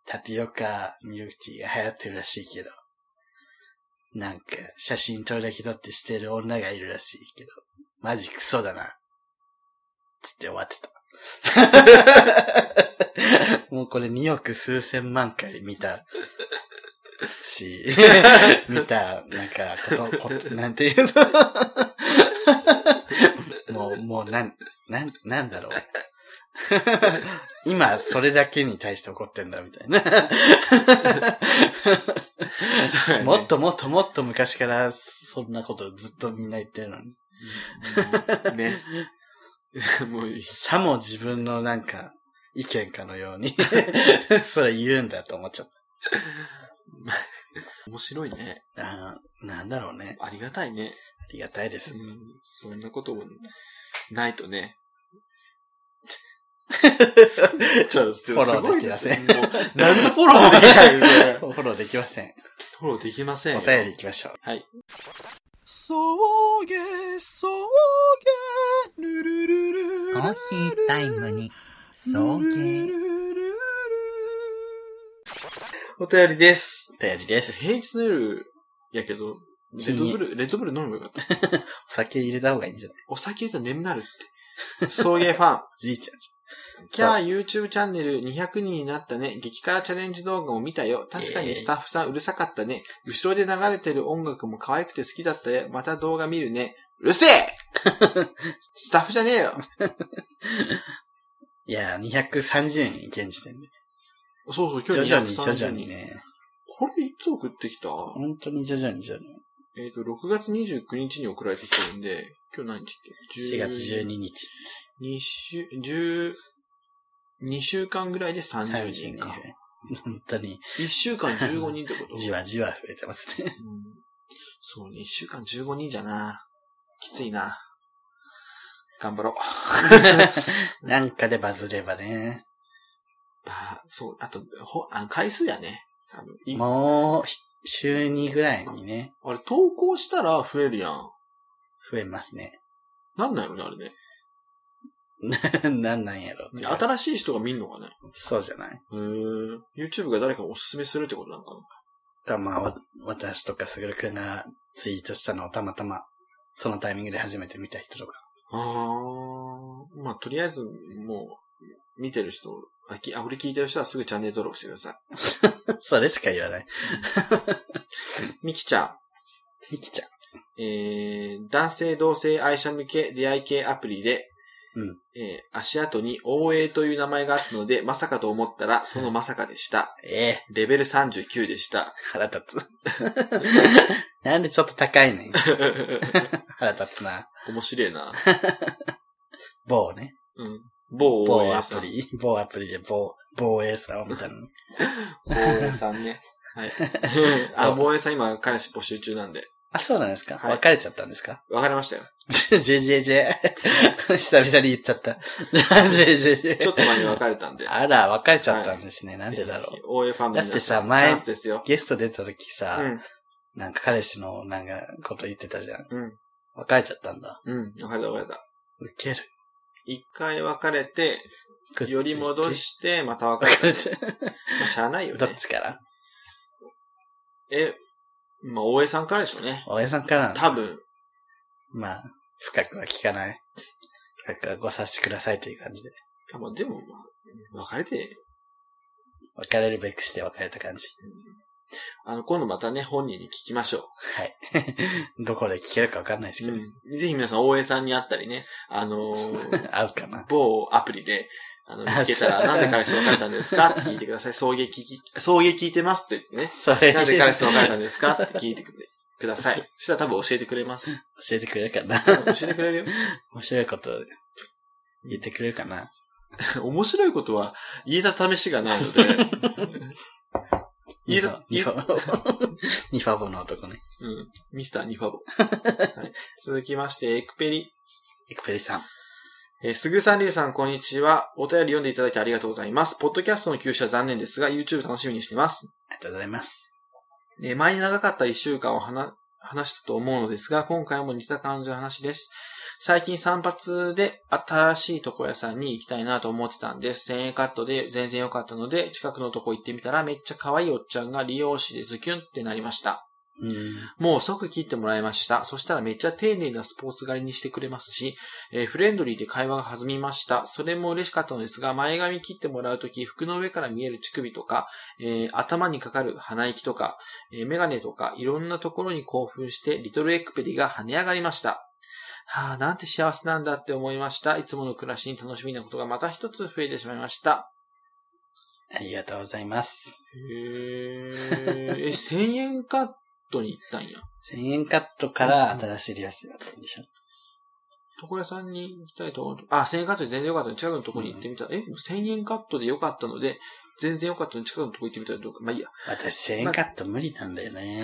Speaker 2: タピオカミルクティーが流行ってるらしいけど、なんか、写真撮るだけ撮って捨てる女がいるらしいけど、マジクソだな。つって終わってた。 もうこれ2億数千万回見たし、見た、なんか、こと、こと、なんていうの もう、もう、なん、なん、なんだろう。今、それだけに対して怒ってんだ、みたいな。
Speaker 1: そうやね
Speaker 2: もっともっともっと昔から、そんなことずっとみんな言ってるのに。
Speaker 1: ね。 もういい。
Speaker 2: さも自分のなんか、意見かのように、それ言うんだと思っちゃっ
Speaker 1: 面白いね。
Speaker 2: た。あーなんだろうね。
Speaker 1: ありがたいね。
Speaker 2: ありがたいです
Speaker 1: う。ん、そんなこともないとね。ちょっと、す
Speaker 2: フォローできません
Speaker 1: すごいですねもう何のフォローもできないみたいな
Speaker 2: フォローできません。
Speaker 1: フォローできません
Speaker 2: お
Speaker 1: よ。
Speaker 2: 便り行きましょう。
Speaker 1: はい。
Speaker 3: そうげそうげルルルル
Speaker 4: コーヒータイムに、送迎。
Speaker 1: お便りです。
Speaker 2: お便りです。
Speaker 1: 平日の夜やけど、レッドブル、レッドブル飲めばよかった。
Speaker 2: お酒入れた方がいいんじゃない
Speaker 1: お酒入れたら眠なるって。送迎ファン。
Speaker 2: じいちゃん。
Speaker 1: じゃあ、YouTube チャンネル200人になったね。激辛チャレンジ動画も見たよ。確かにスタッフさんうるさかったね。後ろで流れてる音楽も可愛くて好きだったよ。また動画見るね。うるせ えスタッフじゃねえよ。
Speaker 2: いやー、230人、現時点で。
Speaker 1: そうそう、
Speaker 2: 徐
Speaker 1: 今日
Speaker 2: 々に徐
Speaker 1: 230
Speaker 2: 々に。ね。
Speaker 1: これいつ送ってきた
Speaker 2: 本当に徐々に徐々に。
Speaker 1: えっ、と、6月29日に送られてきてるんで、今日何日
Speaker 2: 4
Speaker 1: って
Speaker 2: 月12日。
Speaker 1: 2週、10 2週間ぐらいで30
Speaker 2: 30
Speaker 1: 人
Speaker 2: 人
Speaker 1: か。
Speaker 2: 本当に、
Speaker 1: 1週間15人って こと
Speaker 2: じわじわ増えてますね。
Speaker 1: うんそうね、一週間15人じゃな。きついな。頑張ろう。
Speaker 2: なんかでバズればね。
Speaker 1: あそう、あと、ほ、あ回数やね。多分い
Speaker 2: もう、ひ週2ぐらいにね、
Speaker 1: あれ、投稿したら増えるやん。
Speaker 2: 増えますね。
Speaker 1: なんなんよね、あれね。
Speaker 2: なんなんやろ。
Speaker 1: 新しい人が見んのかね。
Speaker 2: そうじゃない
Speaker 1: へー YouTube が誰かおすすめするってことなのかな。
Speaker 2: たまわ、私とかすぐるくんがツイートしたのをたまたま、そのタイミングで初めて見た人とか。
Speaker 1: あー。まあ、とりあえず、もう、見てる人、あ、きあこれ聞いてる人はすぐチャンネル登録してくださ
Speaker 2: それしか言わない。
Speaker 1: い。みきちゃん。
Speaker 2: みきちゃん。
Speaker 1: えー男性同性愛者向け出会い系アプリで、
Speaker 2: うん
Speaker 1: えー足跡に OA という名前があったので、ま さかと思ったら、そのまさかでした。
Speaker 2: ええ
Speaker 1: レベル39でした。
Speaker 2: 腹立つ。 なんでちょっと高いねん。腹立つな。
Speaker 1: 面白いな。
Speaker 2: 某ね。
Speaker 1: うん。某
Speaker 2: 某
Speaker 1: OA
Speaker 2: ア
Speaker 1: さ
Speaker 2: プ
Speaker 1: ん。
Speaker 2: リ。某アプリで某、某エーサーを見たのね。
Speaker 1: 某 OA さんね。はい。あ、某 OA さん今、彼氏募集中なんで。
Speaker 2: あ、そうなんですか、
Speaker 1: はい
Speaker 2: 別れちゃったんですか
Speaker 1: わかりましたよ。
Speaker 2: ?JJJ。久 々に言っちゃった。JJJ。
Speaker 1: ちょっと前に別れたんで。
Speaker 2: あら、別れちゃったんですね。 なんでだろ
Speaker 1: う。OA ファンの皆ん
Speaker 2: だってさ前
Speaker 1: チャンスです
Speaker 2: う
Speaker 1: よ。。
Speaker 2: ゲスト出た時さ、
Speaker 1: うん。
Speaker 2: なんか彼氏のなんかこと言ってたじゃん。
Speaker 1: うん。
Speaker 2: 別れちゃったんだ。
Speaker 1: うん。別れた別れた。
Speaker 2: ウケる。
Speaker 1: 一回別れて、
Speaker 2: くっついて
Speaker 1: より戻。して、また別れた
Speaker 2: 別れ
Speaker 1: ね。
Speaker 2: て
Speaker 1: まあしゃあないよ
Speaker 2: ど
Speaker 1: ね
Speaker 2: っ。ちから
Speaker 1: え、まあ、大江さんからでしょうね。
Speaker 2: 大江さんからなの
Speaker 1: 多分。
Speaker 2: まあ、深くは聞かない。深くはご察しくださいという感じで。
Speaker 1: あまあ、でも、まあ、別れて、
Speaker 2: 別れるべくして別れた感じ。
Speaker 1: あの、今度またね、本人に聞きましょ
Speaker 2: はい。 どこで聞けるかわかんないです
Speaker 1: う。
Speaker 2: け
Speaker 1: う
Speaker 2: ど。
Speaker 1: ん。ぜひ皆さん、大江さんに会ったりね、あの ー
Speaker 2: 合うかな。
Speaker 1: 某アプリで、あの、見つけた
Speaker 2: あ
Speaker 1: ら、
Speaker 2: そう
Speaker 1: なんで彼氏と別れたんですかって聞いてください。送迎聞き、送迎聞いてますって ね。
Speaker 2: それ
Speaker 1: なぜ彼氏と別れたんですかって聞いてくください。そしたら多分教えてくれます。
Speaker 2: 教えてくれるかな。
Speaker 1: 教えてくれるよ。
Speaker 2: 面白いこと言ってくれるかな。
Speaker 1: 面白いことは言えた試しがないので。言えた、言え
Speaker 2: ニフ
Speaker 1: た
Speaker 2: ァボ。 ニファボの男ね。
Speaker 1: うん。ミスターニファボ。はい、続きまして、エクペリ。
Speaker 2: エクペリさん。
Speaker 1: えーすぐるさん、りゅうさん、こんにちは。お便り読んでいただいてありがとうございます。ポッドキャストの休止は残念ですが、YouTube 楽しみにしてます。
Speaker 2: ありがとうございます。
Speaker 1: えー前に長かった一週間を話、話したと思うのですが、今回も似た感じの話です。最近散髪で新しい床屋さんに行きたいなと思ってたんです。1000円カットで全然良かったので、近くのとこ行ってみたらめっちゃ可愛いおっちゃんが利用師でズキュンってなりました。
Speaker 2: うん。
Speaker 1: もう即切ってもらいました。そしたらめっちゃ丁寧なスポーツ狩りにしてくれますし、えーフレンドリーで会話が弾みました。それも嬉しかったのですが、前髪切ってもらうとき、服の上から見える乳首とか、えー頭にかかる鼻息とか、えーメガネとか、いろんなところに興奮して、リトルエクペリが跳ね上がりました。はあ、なんて幸せなんだって思いました。いつもの暮らしに楽しみなことがまた一つ増えてしまいました。
Speaker 2: ありがとうございます。
Speaker 1: へー。え、1000円カットに行ったんや。
Speaker 2: 1000円カットから新しい利用室だったんでしょ。
Speaker 1: 床屋さんに行きたいと思う。あ、1000円カットで全然良かったので、近くのところに行ってみたら、え、1000円カットで良かったので、全然良かったので、近くのところ行ってみたらどうか、まあいいや。
Speaker 2: 私1000円カット無理なんだよね。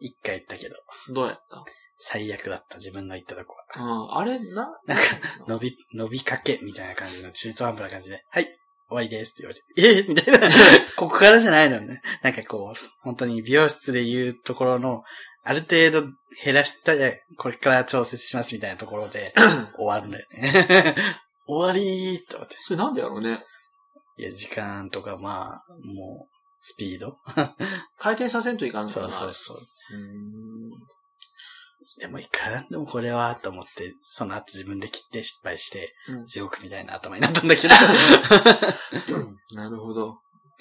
Speaker 2: 一回行ったけど、
Speaker 1: どうやった
Speaker 2: 最悪だった、自分の行ったとこは。
Speaker 1: うん、あれ、な、
Speaker 2: なんか、伸び、伸びかけみたいな感じの中途半端な感じで、はい、終わりですって言われて、えーみ たいな。ここからじゃないのね。なんかこう、本当に美容室で言うところの、ある程度減らしたら、これから調節しますみたいなところで、 終わるんだよね。 終わりーと思って。
Speaker 1: それなんでやろうね。
Speaker 2: いや、時間とか、まあ、もう、スピード
Speaker 1: 回転させんといかんのか
Speaker 2: そ
Speaker 1: な。
Speaker 2: うそうそう。
Speaker 1: うーん
Speaker 2: でもいかんでもこれは、と思って、その後自分で切って失敗して、
Speaker 1: うん
Speaker 2: 地獄みたいな頭になったんだけ ど。
Speaker 1: なるほど。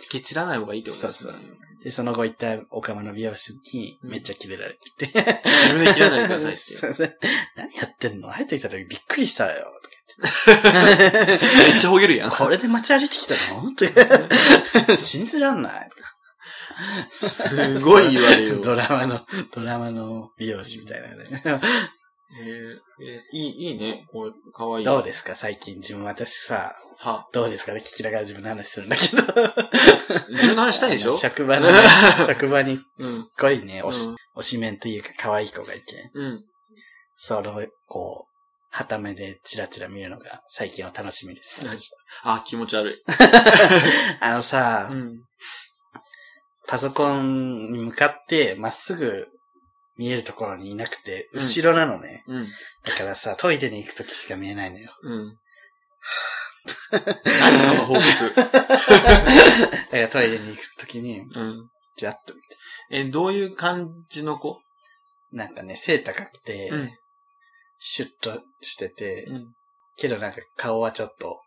Speaker 1: 蹴散らない方がいいってことですね
Speaker 2: そう。で、その後行ったオカマの美容師にめっちゃキレられてて。
Speaker 1: 自分で切らないでくださいっていう。
Speaker 2: そうそう 何やってんの入ってきた時びっくりしたよ。
Speaker 1: めっちゃほげるやん。
Speaker 2: これで街歩いてきたのっ て。信じらんない。
Speaker 1: すごい言われる
Speaker 2: ド
Speaker 1: よ。
Speaker 2: ラマの、ドラマの美容師みたいなね。
Speaker 1: えーえーいい、いいね。これ、かわいい。
Speaker 2: どうですか最近自分私さ、
Speaker 1: は、
Speaker 2: どうですかね聞きながら自分の話するんだけど。
Speaker 1: 自分の話したいでしょ
Speaker 2: 職場 のね、職場にすっごいね、推し
Speaker 1: うん、
Speaker 2: 推しメンというか可愛い子がいて。
Speaker 1: うん。
Speaker 2: その、こう、はためでチラチラ見るのが最近は楽し みです。
Speaker 1: はいあ、気持ち悪い。
Speaker 2: あのさ、
Speaker 1: うん。
Speaker 2: パソコンに向かってまっすぐ見えるところにいなくて、
Speaker 1: うん
Speaker 2: 後ろなのね。
Speaker 1: うん。
Speaker 2: だからさ、トイレに行くときしか見えないのよ。
Speaker 1: うん。 何その報告。
Speaker 2: だからトイレに行くときに、
Speaker 1: うん。
Speaker 2: じゃっと見て。
Speaker 1: え、どういう感じの子
Speaker 2: なんかね、背高くて、
Speaker 1: うん
Speaker 2: シュッとしてて、
Speaker 1: うん。
Speaker 2: けどなんか顔はちょっと、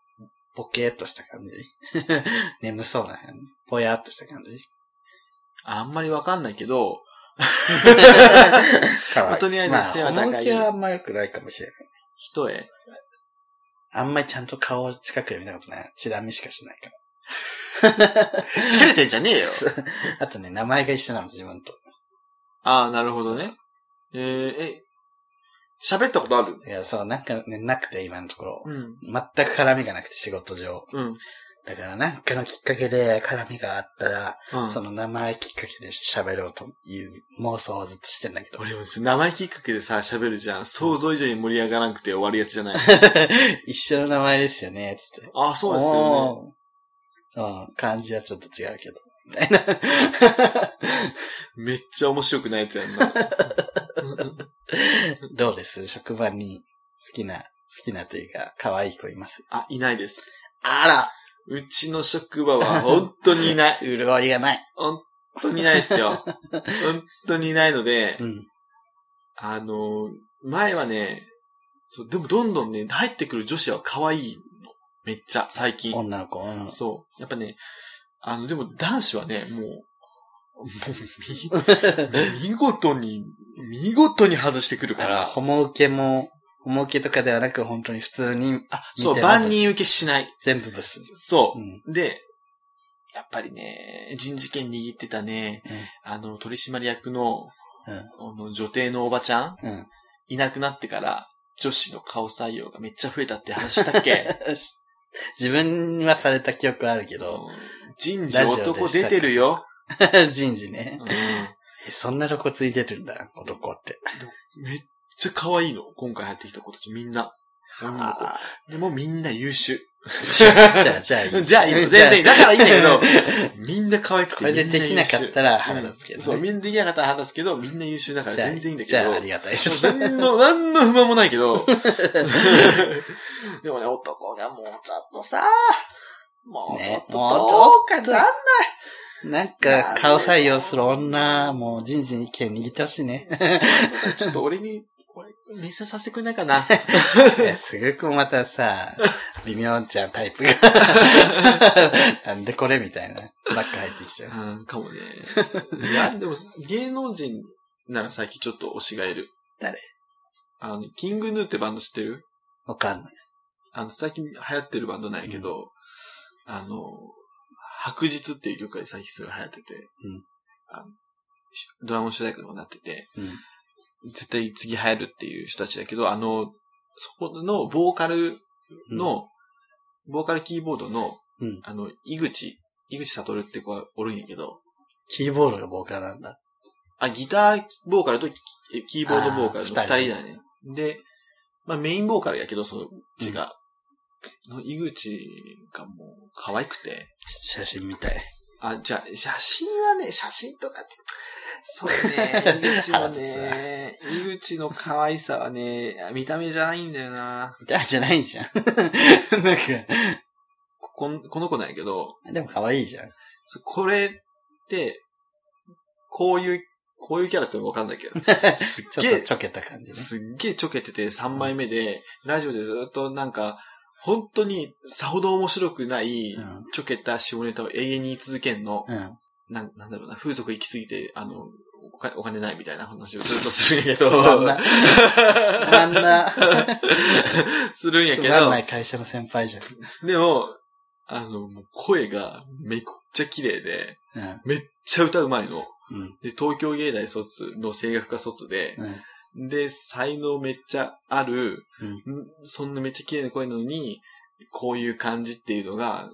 Speaker 2: ボケーっとした感じ。 眠そうな感じ。ぼやーっとした感じ。
Speaker 1: あんまりわかんないけ ど、
Speaker 2: かわいい。
Speaker 1: とりあえず背は高い
Speaker 2: まあ、本気はあんま良くないかもしれない。
Speaker 1: 一重
Speaker 2: あんまりちゃんと顔を近くで見たことない。チラ見しかしないから。
Speaker 1: 照れてんじゃねえよ。
Speaker 2: あとね、名前が一緒なの、自分と。
Speaker 1: ああ、なるほどね。えー、え、喋ったことある
Speaker 2: いや、そう、なんかね、なくて、今のところ。
Speaker 1: うん。
Speaker 2: 全く絡みがなくて、仕事上。
Speaker 1: うん。
Speaker 2: だから、なんかのきっかけで絡みがあったら、
Speaker 1: うん、
Speaker 2: その名前きっかけで喋ろうという妄想をずっとしてんだけ ど。
Speaker 1: 俺も名前きっかけでさ、喋るじゃん。想像以上に盛り上がらなくて終わりやつじゃない。
Speaker 2: 一緒の名前ですよね、つって。
Speaker 1: ああ、そうですよね。
Speaker 2: ね。うん、漢字はちょっと違うけど。みたいな。
Speaker 1: めっちゃ面白くないやつやんな。
Speaker 2: どうです職場に好きな、好きなというか、可愛い子います。
Speaker 1: あ、いないです。
Speaker 2: あら
Speaker 1: うちの職場は本当にい ない。
Speaker 2: 潤いがない。
Speaker 1: 本当にいないですよ。本当にいないので
Speaker 2: う、ん。
Speaker 1: あのー、前はね、そう、でもどんどんね、入ってくる女子は可愛いの。めっちゃ、最近。
Speaker 2: 女の子。うん。
Speaker 1: そう。やっぱね、あの、でも男子はね、もう、もう 見見事に、見事に外してくるか
Speaker 2: から、
Speaker 1: ら、
Speaker 2: ホモ受けも、ホモ受けとかではなく、本当に普通に、あ、
Speaker 1: そう、
Speaker 2: 見てまぶ
Speaker 1: 万人受けしない。
Speaker 2: 全部ブス。
Speaker 1: そうう。
Speaker 2: ん。
Speaker 1: で、やっぱりね、人事権握ってたね、あの、取締役の、
Speaker 2: うん
Speaker 1: あの女帝のおばちゃん、
Speaker 2: うん。
Speaker 1: いなくなってから、女子の顔採用がめっちゃ増えたって話したっ け
Speaker 2: 自分はされた記憶はあるけ ど、
Speaker 1: うん人事
Speaker 2: ラジオでしたか
Speaker 1: 男出てるよ。
Speaker 2: 人事ね。
Speaker 1: め
Speaker 2: えそんな露骨出てるんだ、男って。
Speaker 1: っちゃ可愛いの。今回入ってきた子たちみんな。女の子
Speaker 2: あ
Speaker 1: でもみんな優秀。
Speaker 2: ー じゃあ、じゃあいい、
Speaker 1: じゃあいいの、全然いい。だからいいんだけど、 みんな可愛くて
Speaker 2: これでできなかったら腹立つけ
Speaker 1: うん
Speaker 2: ど、ね。
Speaker 1: そう、みんなできなかったら腹立つけど、みんな優秀だから
Speaker 2: じゃあ
Speaker 1: 全然いいんだけ
Speaker 2: じ
Speaker 1: ど。
Speaker 2: ゃあ、ありがたいです。
Speaker 1: もう 何の、何の不満もないけど。でもね、男がもうちょっとさ、もうちょっと、
Speaker 2: ねもうち
Speaker 1: どう
Speaker 2: ょ
Speaker 1: か
Speaker 2: っと
Speaker 1: な
Speaker 2: なんか、顔採用する女、もう人事に権握ってほしい ね。
Speaker 1: ちょっと俺に、俺、見せさせてくれないかな。
Speaker 2: いやすぐくまたさ、微妙ちゃんタイプが。 なんでこれみたいな。ばっか入ってきちゃう。
Speaker 1: うん、かもね。いや、でも、芸能人なら最近ちょっと推しがいる。
Speaker 2: 誰
Speaker 1: あの、キングヌーってバンド知ってる
Speaker 2: わかんない。
Speaker 1: あの、最近流行ってるバンドなんやけど、あの、白日っていう曲が最近すごい流行ってて、
Speaker 2: うん
Speaker 1: あのしドラマの主題歌にもなってて、
Speaker 2: うん。
Speaker 1: 絶対次流行るっていう人たちだけど、あの、そこのボーカルの、ボーカルキーボードの、
Speaker 2: うん
Speaker 1: あの、井口、井口悟って子がおるんやけど、
Speaker 2: キーボールがボーカルなんだ。
Speaker 1: あ、ギターボーカルとキキーボードボーカルの二
Speaker 2: あー二
Speaker 1: 人だね。で、まあメインボーカルやけど、そのうちが。の井口がもう可愛くて。
Speaker 2: 写真みたい。
Speaker 1: あ、じゃあ、写真はね、写真とか、そうね、井 口のね、井口の可愛さはね、見た目じゃないんだよな。
Speaker 2: みたいじゃない じゃん。なんか、
Speaker 1: こここの子なんやけど、
Speaker 2: でも可愛いじゃん。
Speaker 1: そこれって、こういう、こういうキャラってのもわかんないけど、すっ
Speaker 2: ちょ
Speaker 1: げ
Speaker 2: っ
Speaker 1: え
Speaker 2: とちょけた感じね。
Speaker 1: すっげえちょけてて3枚目で、ラジオでずっとなんか、本当にさほど面白くない、
Speaker 2: うん
Speaker 1: ちょけた下ネタを永遠に言い続けんの、
Speaker 2: うん。
Speaker 1: なん、なんだろうな、風俗行き過ぎて、あの、お金お金ないみたいな話をず っとするんやけ
Speaker 2: つ
Speaker 1: ど、
Speaker 2: まんな。つまんな。
Speaker 1: するんや
Speaker 2: つ
Speaker 1: け
Speaker 2: まんな
Speaker 1: ど、
Speaker 2: い会社の先輩じゃん。
Speaker 1: でも、あの、もう声がめっちゃ綺麗で、
Speaker 2: うん。
Speaker 1: めっちゃ歌うまいの。
Speaker 2: うん。
Speaker 1: で、東京芸大卒の声楽科卒で、
Speaker 2: うん。
Speaker 1: で、才能めっちゃある、
Speaker 2: うん
Speaker 1: そんなめっちゃ綺麗な声なのに、こういう感じっていうのが、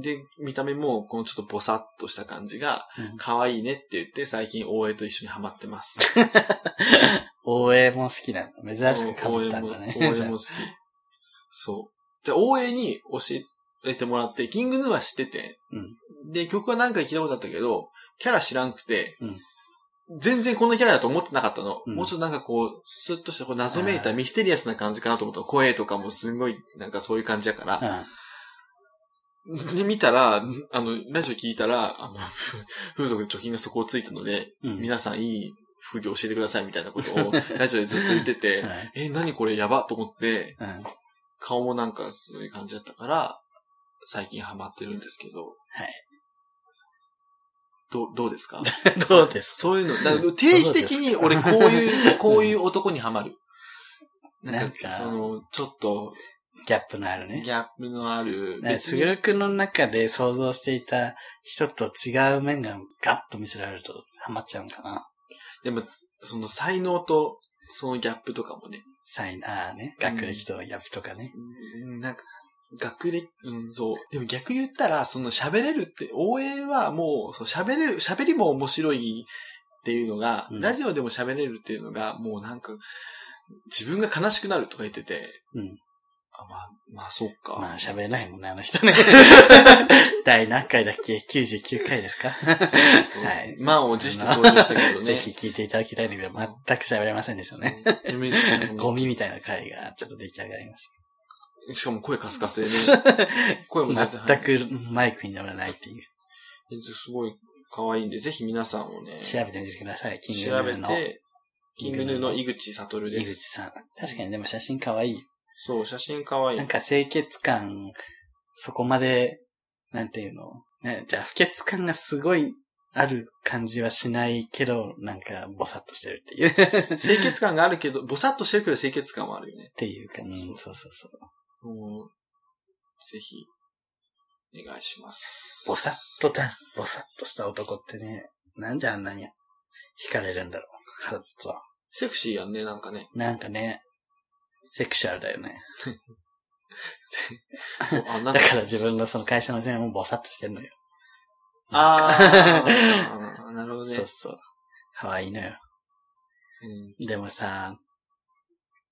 Speaker 1: で、見た目も、このちょっとボサッとした感じが
Speaker 2: うん、
Speaker 1: 可愛いねって言って、最近、大江と一緒にハマってます。
Speaker 2: 応援も好きなの。珍しくかぶ
Speaker 1: 大
Speaker 2: っ
Speaker 1: 江
Speaker 2: たん
Speaker 1: も、
Speaker 2: だね。
Speaker 1: 大 江も好き。そう。で、大江に教えてもらって、キングヌーは知ってて、
Speaker 2: うん
Speaker 1: で、曲は何回聞いたことあったけど、キャラ知らんくて、
Speaker 2: うん
Speaker 1: 全然こんなキャラだと思ってなかったの。
Speaker 2: うん
Speaker 1: もうちょっとなんかこう、スッとしたこう謎めいたミステリアスな感じかなと思ったの声とかもすごい、なんかそういう感じやから。
Speaker 2: うん。
Speaker 1: で、見たら、あの、ラジオ聞いたら、あの、風俗の貯金が底をついたので、
Speaker 2: うん
Speaker 1: 皆さんいい副業教えてくださいみたいなことを、ラジオでずっと言って て、
Speaker 2: はい
Speaker 1: え、何これやばと思って、
Speaker 2: うん。はい。
Speaker 1: 顔もなんかそういう感じだったから、最近ハマってるんですけど。どう、どうですか
Speaker 2: どうです
Speaker 1: そういうの、だから定期的に俺こういう、こういう男にハマる。なんか、
Speaker 2: なんか
Speaker 1: その、ちょっと、
Speaker 2: ギャップのあるね。
Speaker 1: ギャップのある。
Speaker 2: ね、すぐるくんの中で想像していた人と違う面がガッと見せられるとハマっちゃうんかな。
Speaker 1: でも、その才能と、そのギャップとかもね、
Speaker 2: サイン、ああね、学歴とギャップとかね。
Speaker 1: うんなんか、学歴、うん、そう。でも逆言ったら、その喋れるって、応援はもう、そう喋れる、喋りも面白いっていうのが、
Speaker 2: うん
Speaker 1: ラジオでも喋れるっていうのが、もうなんか、自分が悲しくなるとか言ってて、
Speaker 2: うん。
Speaker 1: あまあ、まあ、そうか。
Speaker 2: まあ喋れないもんね、あ の人ね。第何回だっけ ?99 回ですか
Speaker 1: そうそうそう
Speaker 2: はい
Speaker 1: 満を持して登場したけどね。
Speaker 2: ぜひ聞いていただきたいんだけど、全く喋れませんでしたね。
Speaker 1: うん
Speaker 2: ゴミみたいな回がちょっと出来上がりまし
Speaker 1: しかも声カスカスでね。
Speaker 2: た。
Speaker 1: 声も全然入
Speaker 2: 全
Speaker 1: る。
Speaker 2: くマイクに乗らないっていう。
Speaker 1: すごい可愛いんで、ぜひ皆さんをね、
Speaker 2: 調べてみてください。キング
Speaker 1: 調
Speaker 2: ヌー
Speaker 1: べ
Speaker 2: の
Speaker 1: て、キングヌーの井口悟で
Speaker 2: 井
Speaker 1: す。
Speaker 2: 口さん。確かにでも写真可愛いよ。
Speaker 1: そう、写真可愛い
Speaker 2: なん。か清潔感、そこまで、なんていうの、ね、じゃあ不潔感がすごいある感じはしないけど、なんかぼさっとしてるって いう。っ
Speaker 1: 清潔感があるけど、 ぼさっとしてるけど清潔感はあるよね。
Speaker 2: ていうか、うん、そうそうそう。
Speaker 1: もう、ぜひ、お願いします。
Speaker 2: ぼさっとだ、ぼさっとした男ってね、なんであんなに惹かれるんだろう。腹立つわ。
Speaker 1: セクシーやんね、なん かね。
Speaker 2: なんかね、セクシャルだよね。
Speaker 1: そうあ、な
Speaker 2: だ
Speaker 1: んか、
Speaker 2: から自分のその会社の人にもぼさっとしてんのよ。
Speaker 1: あーあー、なるほどね
Speaker 2: そう。そう。かわいいのよ。
Speaker 1: うん
Speaker 2: でもさ、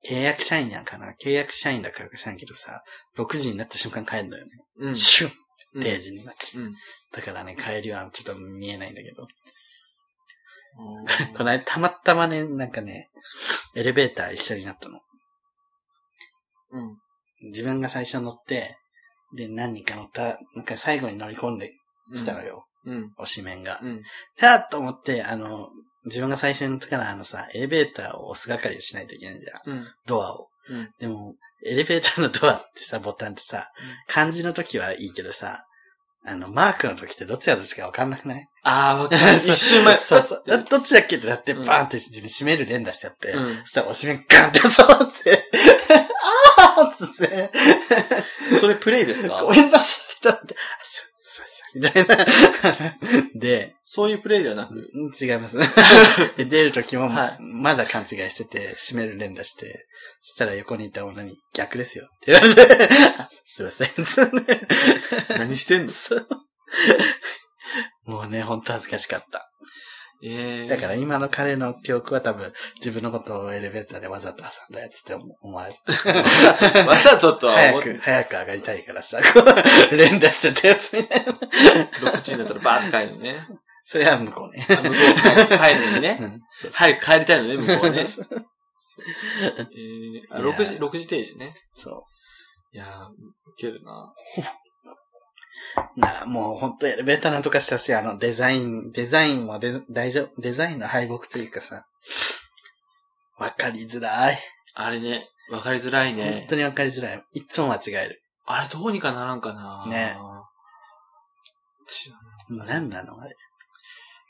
Speaker 2: 契約社員なんかな契約社員だからか知らんけどさ、6時になった瞬間帰るのよね。
Speaker 1: うん。
Speaker 2: シュ
Speaker 1: う
Speaker 2: ン
Speaker 1: ん
Speaker 2: 定時になっ ちゃう。
Speaker 1: うん
Speaker 2: だからね、帰りはちょっと見えないんだけど。
Speaker 1: うん
Speaker 2: この間、たまたまね、なんかね、エレベーター一緒になったの。
Speaker 1: うん。
Speaker 2: 自分が最初乗って、で、何人か乗った、なんか最後に乗り込んできたのよ。
Speaker 1: うん。
Speaker 2: 推しメンが
Speaker 1: う。ん。
Speaker 2: はぁと思って、あの、自分が最初に乗ったから、あのさ、エレベーターを押す係をしないといけないじゃん。
Speaker 1: うん。
Speaker 2: ドアを。
Speaker 1: うん
Speaker 2: でも、エレベーターのドアってさ、ボタンってさ、漢字の時はいいけどさ、あの、マークの時ってどっちがどっちかわかんなくない
Speaker 1: あー、わかる。 一瞬前。
Speaker 2: そうそう。
Speaker 1: う
Speaker 2: あどっちだっけってなって、
Speaker 1: うん
Speaker 2: バーンって自分閉める連打しちゃって、
Speaker 1: ん。
Speaker 2: そしたらおしめガンって触って、あーっつって、
Speaker 1: それプレイですか
Speaker 2: ごめんなさい、だって、あす、すいません、みたいな。で、
Speaker 1: そういうプレイではなく。
Speaker 2: うん違います。 で出る時も、
Speaker 1: はい
Speaker 2: まだ勘違いしてて、閉める連打して、したら横にいた女に逆ですよって言われて、 あすいません。
Speaker 1: 何してんの
Speaker 2: そうもうね、ほんと恥ずかしかった。
Speaker 1: ええ
Speaker 2: だから今の彼の記憶は多分、自分のことをエレベーターでわざと挟んだやつって思思われ
Speaker 1: わざととは思
Speaker 2: 早
Speaker 1: っ
Speaker 2: く、
Speaker 1: て、
Speaker 2: 早く上がりたいからさ、こう連打して たやつみたいな。
Speaker 1: 6時になったらバーって帰るの ね。
Speaker 2: それは向こうね。
Speaker 1: あ向こう帰るのに
Speaker 2: う
Speaker 1: ね。
Speaker 2: んそう
Speaker 1: 早く帰りたいのね、向こうはね。
Speaker 2: そう
Speaker 1: えー、あ6時、6時定時ね。
Speaker 2: そう。
Speaker 1: いやー、ウケるな。
Speaker 2: なあ、もうほんとエレベーターなんとかしてほしい。あの、デザイン、デザインもデ大丈夫、デザインの敗北というかさ、わかりづらい。
Speaker 1: あれね、わかりづらい
Speaker 2: 本
Speaker 1: ね。
Speaker 2: 当にわかりづらい。いつも間違える。
Speaker 1: あれどうにかならんかな。
Speaker 2: ね
Speaker 1: ち
Speaker 2: もう何なのあれ。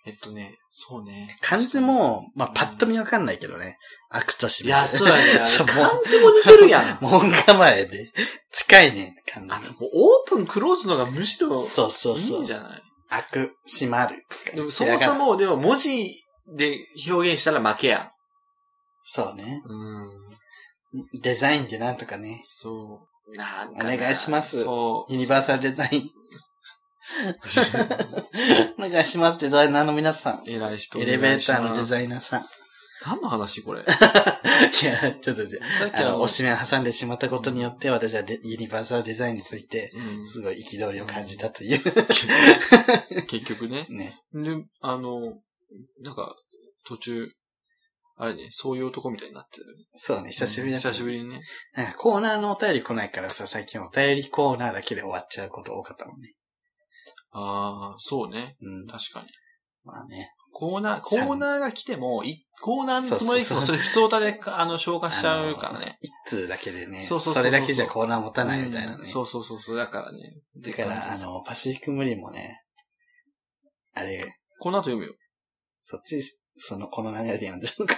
Speaker 1: えっとね、そうね。
Speaker 2: 漢字も、まあ、パッと見わかんないけどね。悪とし
Speaker 1: いや、そうやね。あれ
Speaker 2: そうもう
Speaker 1: 漢字も似てるや ん。
Speaker 2: 門構えで。近いね、漢
Speaker 1: あ
Speaker 2: 字
Speaker 1: もうオープン、クローズのがむしろ
Speaker 2: の。そうそう
Speaker 1: いい
Speaker 2: そうん
Speaker 1: じ。ゃない
Speaker 2: 悪、閉まる。
Speaker 1: でもそもそ。も、でも文字で表現したら負けや
Speaker 2: そうね。
Speaker 1: ん。うん。
Speaker 2: デザインでなんとかね。
Speaker 1: そう。なん
Speaker 2: お願いします
Speaker 1: そう。
Speaker 2: ユニバーサルデザイン。お願いします、デザイナーの皆さん。
Speaker 1: 偉い人
Speaker 2: エレベーターのデザイ
Speaker 1: ー。
Speaker 2: ナーさん。
Speaker 1: 何の話これ
Speaker 2: いや、ちょっとじゃ
Speaker 1: さっ
Speaker 2: あ、あの、お
Speaker 1: し、
Speaker 2: しめを挟んでしまったことによって、私はデユニバーサルデザインについて、
Speaker 1: うん
Speaker 2: すごい憤りを感じたという。
Speaker 1: 結局ね。
Speaker 2: ね。
Speaker 1: で、あの、なんか、途中、あれね、そういう男みたいになってる。
Speaker 2: そうね、久しぶりだ
Speaker 1: 久しぶ
Speaker 2: り。
Speaker 1: りにね。
Speaker 2: なんかコーナーのお便り来ないからさ、最近お便りコーナーだけで終わっちゃうこと多かったもんね。
Speaker 1: ああ、そうね。
Speaker 2: うん。
Speaker 1: 確かに。
Speaker 2: まあね。
Speaker 1: コーナー、コーナーが来ても、いコーナーのつもりですも、
Speaker 2: そ
Speaker 1: それ普通歌で、あの、消化しちゃうから
Speaker 2: あの
Speaker 1: ね。。
Speaker 2: 一通だけでね、
Speaker 1: そうそうそうそう
Speaker 2: それだけじゃコーナー持たないみたい
Speaker 1: う
Speaker 2: なね
Speaker 1: ん。そうそうそうそう、だからね。
Speaker 2: だから、あ
Speaker 1: で
Speaker 2: の、パシフィック無理もね、あれ、
Speaker 1: この後読むよ。
Speaker 2: そっち、その、この流れで読んじゃうか。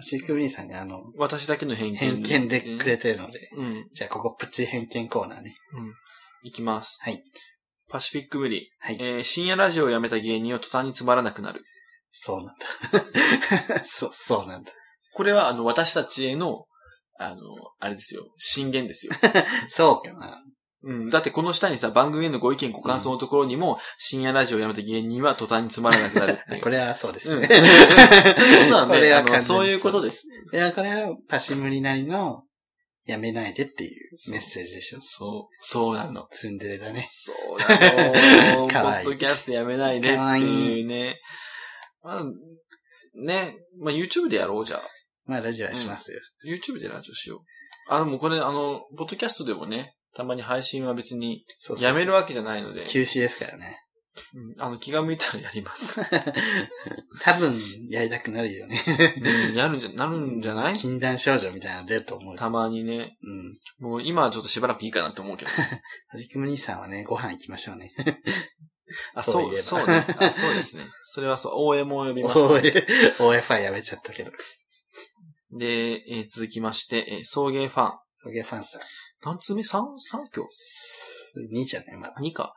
Speaker 2: 飼育員さんがあの、
Speaker 1: 私だけの偏見。
Speaker 2: 偏見でくれてるので、
Speaker 1: うん。
Speaker 2: じゃあここプチ偏見コーナーね。
Speaker 1: いきます。
Speaker 2: はい。
Speaker 1: パシフィック無理。
Speaker 2: はい
Speaker 1: えー深夜ラジオをやめた芸人は途端につまらなくなる。
Speaker 2: そうなん だ。そう、そうなんだ。
Speaker 1: これは、あの、私たちへの、あの、あれですよ。進言ですよ。
Speaker 2: そうかな。
Speaker 1: うん。だってこの下にさ、番組へのご意見、ご感想のところにも、深夜ラジオをやめた芸人は途端につまらなくなるっていう。
Speaker 2: これはそうで
Speaker 1: う
Speaker 2: す
Speaker 1: ん。
Speaker 2: ね。
Speaker 1: ということなん
Speaker 2: こ
Speaker 1: で、
Speaker 2: れは
Speaker 1: あ
Speaker 2: 完全
Speaker 1: の、
Speaker 2: に
Speaker 1: そういうことです。
Speaker 2: いや、これはパシムリなりの、やめないでっていうメッセージでしょ。
Speaker 1: そう、そうなの。
Speaker 2: ツンデレだね。
Speaker 1: そうなの。ポ
Speaker 2: かわ
Speaker 1: ッ
Speaker 2: いい
Speaker 1: ドキャストやめないでっていうね。まあ、ね、まあ YouTube でやろうじゃあ。
Speaker 2: まあ、ラジオはしますよ。
Speaker 1: YouTube でラジオしよう。あ、でもこれ、あの、ポッドキャストでもね、たまに配信は別に
Speaker 2: そうそう
Speaker 1: やめるわけじゃないので、
Speaker 2: 休止ですからね。
Speaker 1: うんあの、気が向いたらやり ます。
Speaker 2: 多分、やりたくなるよね。
Speaker 1: うんやるんじゃ、なるんじゃない
Speaker 2: 禁断症状みたいなの出ると思う。
Speaker 1: たまにね。
Speaker 2: うん。
Speaker 1: もう今はちょっとしばらくいいかなって思う けど。
Speaker 2: はじくむ兄さんはね、ご飯行きましょうね。
Speaker 1: あ、
Speaker 2: そうい
Speaker 1: そ
Speaker 2: えば
Speaker 1: う、そうね。あそうですね。それはそう、応援も呼びます。
Speaker 2: OFI やめちゃったけど。
Speaker 1: で、えー続きまして、えー送迎ファン。
Speaker 2: ソゲファンさん。
Speaker 1: 何通目 ?3、三挙
Speaker 2: 兄ちゃんね、まだ。
Speaker 1: ?2 か。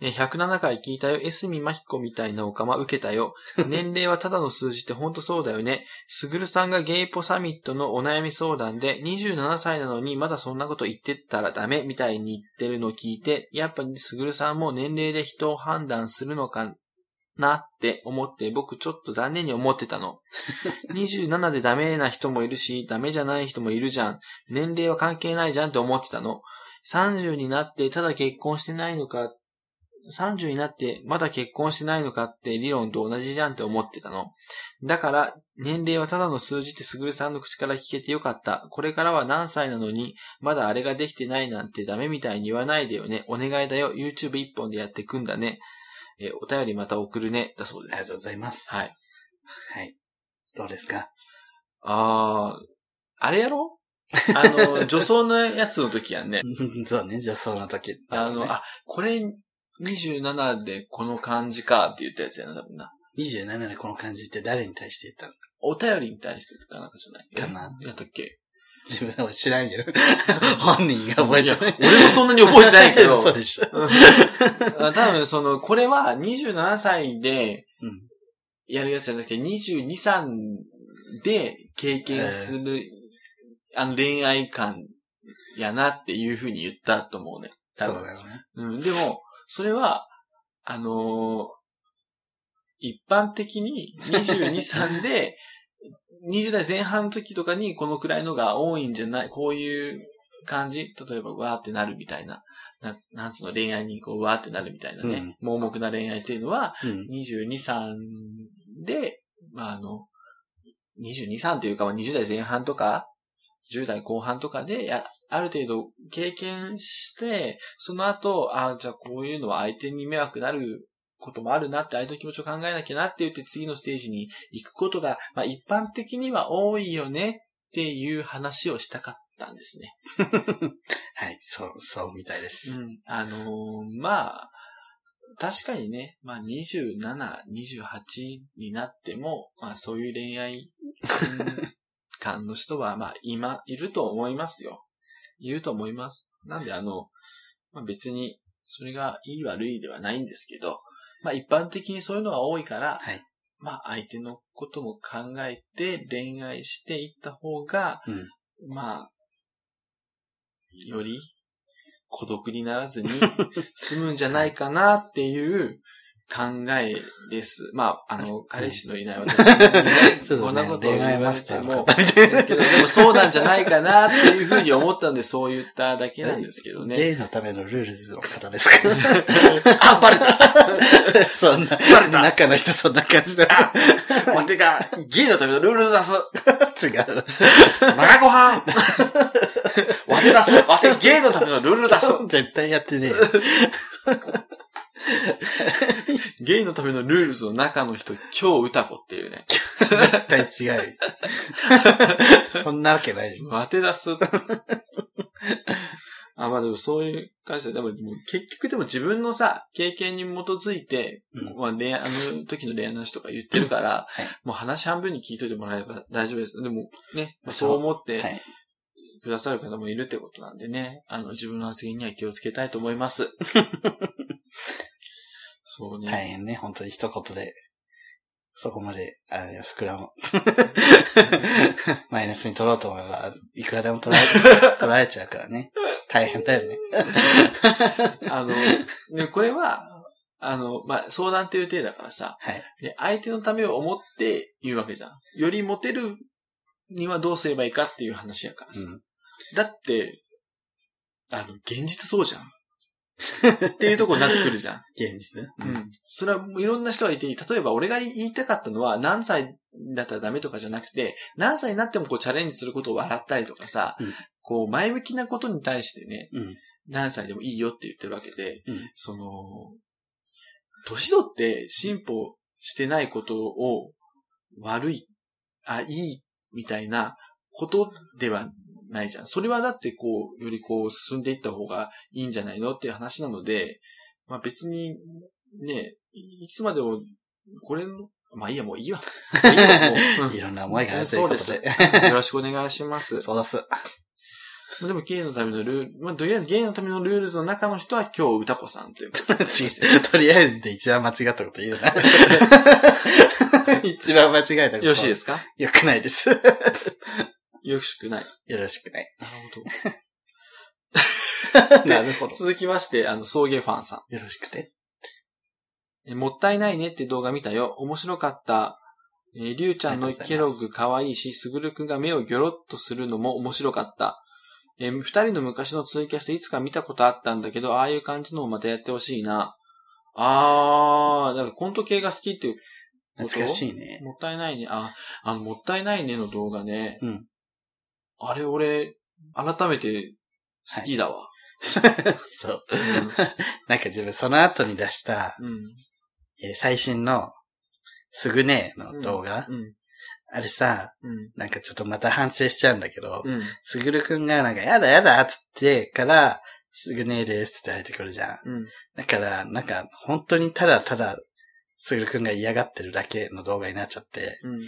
Speaker 1: えー107回聞いたよ。エスミマヒコみたいなオカマ受けたよ。年齢はただの数字ってほんとそうだよね。すぐるさんがゲイポサミットのお悩み相談で、27歳なのにまだそんなこと言ってたらダメみたいに言ってるのを聞いて、やっぱりすぐるさんも年齢で人を判断するのかなって思って、僕ちょっと残念に思ってたの。27でダメな人もいるし、ダメじゃない人もいるじゃん。年齢は関係ないじゃんって思ってたの。30になってただ結婚してないのか、30になってまだ結婚してないのかって理論と同じじゃんって思ってたの。だから、年齢はただの数字ってすぐるさんの口から聞けてよかった。これからは何歳なのに、まだあれができてないなんてダメみたいに言わないでよね。お願いだよ。YouTube 一本でやってくんだね。えーお便りまた送るね。だそう
Speaker 2: あ
Speaker 1: で
Speaker 2: りがとう
Speaker 1: す。
Speaker 2: ございます。
Speaker 1: はい。
Speaker 2: はい。どうですか
Speaker 1: あー、あれやろあの、女装のやつの時 やんね。
Speaker 2: うんそうね、女装の時。
Speaker 1: あの、あ、これ27でこの感じかって言ったやつやな、多分な。
Speaker 2: 27でこの感じって誰に対して言ったの
Speaker 1: お便りに対してとかなんかじゃない
Speaker 2: かな
Speaker 1: えやったっけ
Speaker 2: 自分は知らんよ。 本人が覚えてない。
Speaker 1: 俺もそんなに覚えてないけど。
Speaker 2: そうでしょ。
Speaker 1: あ多分その、これは27歳で
Speaker 2: うん。
Speaker 1: やるやつじゃなくて、22、3で経験する、あの恋愛感やなっていうふうに言ったと思うね。多
Speaker 2: そ
Speaker 1: 分
Speaker 2: うだよね。
Speaker 1: うん、でも、それは、あのー一般的に22、3で、20代前半の時とかにこのくらいのが多いんじゃない、こういう感じ例えば、わーってなるみたいな。ななんつうの、恋愛にこう、わーってなるみたいなね。盲目な恋愛っていうのは、
Speaker 2: うん。
Speaker 1: 22、3で、まあ、あの、22、3というか、まあ20代前半とか、10代後半とかで、やある程度経験して、その後、あじゃあこういうのは相手に迷惑なることもあるなって、相手の気持ちを考えなきゃなって言って、次のステージに行くことが、まあ、一般的には多いよねっていう話をしたかったんですね。
Speaker 2: はい、そう、そうみたいです。
Speaker 1: うん。あのーまあ、確かにね、まあ、27、28になっても、まあ、そういう恋愛うん感の人は、まあ、今、いると思いますよ。いると思います。なんで、あの、まあ、別に、それがいい悪いではないんですけど、まあ、一般的にそういうのが多いから、
Speaker 2: はい
Speaker 1: まあ、相手のことも考えて恋愛していった方が、
Speaker 2: うん
Speaker 1: まあ、より孤独になら ずに済むんじゃないかなっていう考えです。まあ、あの、彼氏のいない私にね
Speaker 2: そうだね
Speaker 1: こんなことを言われても
Speaker 2: 恋愛マ、スターの方
Speaker 1: だけどでもそうなんじゃないかなっていうふうに思ったんで、そう言っただけなんですけど ね。
Speaker 2: ゲイのためのル ールズの方ですかあ、バレた そんな、バレた中の人そんな感じだ。
Speaker 1: まあ、てか、ゲイのためのルール出す。
Speaker 2: 違う。
Speaker 1: 長ご 飯わて出す。わてゲイのためのルール出す。
Speaker 2: 絶対やってねえよ。
Speaker 1: ゲイのためのルールズの中の人、今日歌子っていうね。
Speaker 2: 絶対違 うよ。そんなわけないよ
Speaker 1: 当て出す。あ、まあでもそういう感じで、でももう結局でも自分のさ、経験に基づいて、
Speaker 2: うん
Speaker 1: まあ恋愛、あの時の恋愛の話とか言ってるから、
Speaker 2: はい
Speaker 1: もう話半分に聞いといてもらえれば大丈夫です。でもね、まあ、
Speaker 2: そう
Speaker 1: そう思っ
Speaker 2: は
Speaker 1: て
Speaker 2: い。
Speaker 1: くださる方もいるってことなんでね、あの自分の発言には気をつけたいと思い ます。そうね。
Speaker 2: 大変ね、本当に一言で。そこまで、あれ、膨 らむ。マイナスに取ろうと思えば、いくらでも 取られ、取られちゃうからね。大変だよね。
Speaker 1: あの、 ね、これは、あの、まあ、相談っていう体だからさ、
Speaker 2: はい。
Speaker 1: で相手のためを思って言うわけじゃん。よりモテるにはどうすればいいかっていう話やからさ。
Speaker 2: うん。
Speaker 1: だって、あの、現実そうじゃん。っていうとこになってくるじゃん。
Speaker 2: 現実う。
Speaker 1: うんん。それはもういろんな人がいて、例えば俺が言いたかったのは何歳だったらダメとかじゃなくて、何歳になってもこうチャレンジすることを笑ったりとかさ、
Speaker 2: うん
Speaker 1: こう前向きなことに対してね、
Speaker 2: うん。
Speaker 1: 何歳でもいいよって言ってるわけで、
Speaker 2: うん
Speaker 1: その、年取って進歩してないことを悪い、あ、いい、みたいなことではないじゃん。それはだってこう、よりこう進んでいった方がいいんじゃないのっていう話なので、まあ別に、ね、いいつまでも、これの、まあいいや、もういい わ。いいわもううん
Speaker 2: いろんな思いがあるという
Speaker 1: そう
Speaker 2: こ
Speaker 1: で
Speaker 2: と
Speaker 1: す。よ
Speaker 2: で。
Speaker 1: ろしくお願いします。
Speaker 2: そうだす。
Speaker 1: まあでも、ゲイのためのルール、まあ、とりあえずゲイのためのルールズの中の人は今日歌子さんということで。
Speaker 2: とりあえずで一番間違ったこと言う な。一番間違えたこと。。
Speaker 1: よろしいですすか
Speaker 2: よくないです。
Speaker 1: よろしくない。
Speaker 2: よろしくない。
Speaker 1: なるほ
Speaker 2: なるほど
Speaker 1: ど。。続きまして、あの、送迎ファンさん
Speaker 2: よろしくて。。
Speaker 1: えもったいないねって動画見たよ。面白かった。えーりゅうちゃんのケロッグ可愛いし、すぐるくんが目をギョロッとするのも面白かった。えー二人の昔のツイキャスいつか見たことあったんだけど、ああいう感じのをまたやってほしいな。あー、なんかコント系が好きっていう
Speaker 2: 懐かしいね。
Speaker 1: もったいないね。あ、あの、もったいないねの動画ね。
Speaker 2: うん
Speaker 1: あれ、俺、改めて好きだわ。
Speaker 2: そう。なんか自分その後に出した、
Speaker 1: うん。
Speaker 2: えー最新の、すぐねーの動画、
Speaker 1: うん。
Speaker 2: あれさ、
Speaker 1: うん。
Speaker 2: なんかちょっとまた反省しちゃうんだけど、
Speaker 1: うん。
Speaker 2: すぐるくんがなんかやだやだっつってから、すぐねーですって入ってくるじゃん。
Speaker 1: うん。
Speaker 2: だから、なんか本当にただただ、すぐるくんが嫌がってるだけの動画になっちゃって、
Speaker 1: うん。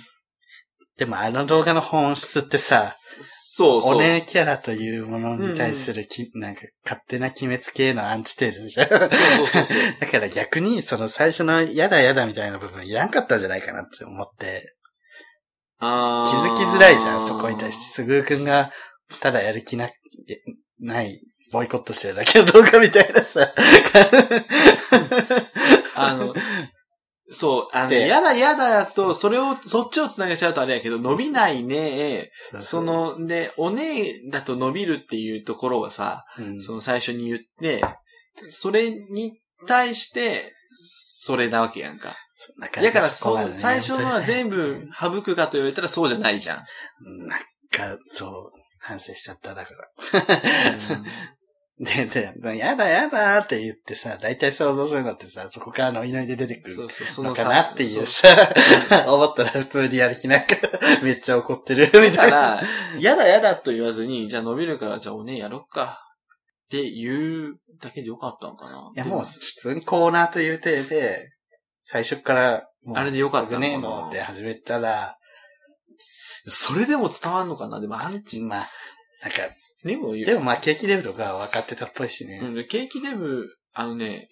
Speaker 2: でもあの動画の本質ってさ、
Speaker 1: そうそう。
Speaker 2: お姉キャラというものに対するき、なんか勝手な決めつけへのアンチテーズじゃん。
Speaker 1: そうそうそうそう。
Speaker 2: だから逆に、その最初のやだやだみたいな部分いらんかったんじゃないかなって思って、
Speaker 1: あ
Speaker 2: 気づきづらいじゃん、そこに対して。。すぐくんが、ただやる気な、ない、ボイコットしてるだけの動画みたいなさ。
Speaker 1: あの、そう、あの、
Speaker 2: で
Speaker 1: やだやだやと、それを、そっちを繋げちゃうとあれやけど、伸びないね。
Speaker 2: うう
Speaker 1: そ、の、で、お姉だと伸びるっていうところをさ、
Speaker 2: うん
Speaker 1: その最初に言って、それに対して、それなわけやんか。
Speaker 2: な
Speaker 1: だから、
Speaker 2: そこ
Speaker 1: そ
Speaker 2: が
Speaker 1: う、
Speaker 2: ね
Speaker 1: 最初のは全
Speaker 2: う
Speaker 1: 部省くかと言われたらそうじゃないじゃん。
Speaker 2: んなんか、そう、反省しちゃった、だから。で、で、やだやだって言ってさ、大体想像するのってさ、そこからノイノイで出てくる
Speaker 1: そうそう、そ
Speaker 2: の
Speaker 1: の
Speaker 2: か
Speaker 1: さ
Speaker 2: なっていう
Speaker 1: そ
Speaker 2: さ、 思ったら普通にやる気なんか、 めっちゃ怒ってるみ
Speaker 1: うだ
Speaker 2: た
Speaker 1: か
Speaker 2: いな。
Speaker 1: ら、やだやだと言わずに、じゃあ伸びるから、じゃあおねえやろっか。って言うだけでよかったんかな。
Speaker 2: いや、
Speaker 1: で
Speaker 2: もう普通にコーナーという体で、最初から、もう
Speaker 1: あれでよかったのか
Speaker 2: すぐ
Speaker 1: な
Speaker 2: ねえのって始めたら、
Speaker 1: それでも伝わんのかなでも、アンチ、
Speaker 2: まあ、なんか、
Speaker 1: でも言う。
Speaker 2: でもまあ、ケーキデブとかは分かってたっぽいしね。
Speaker 1: うん、ケーキデブ、あのね、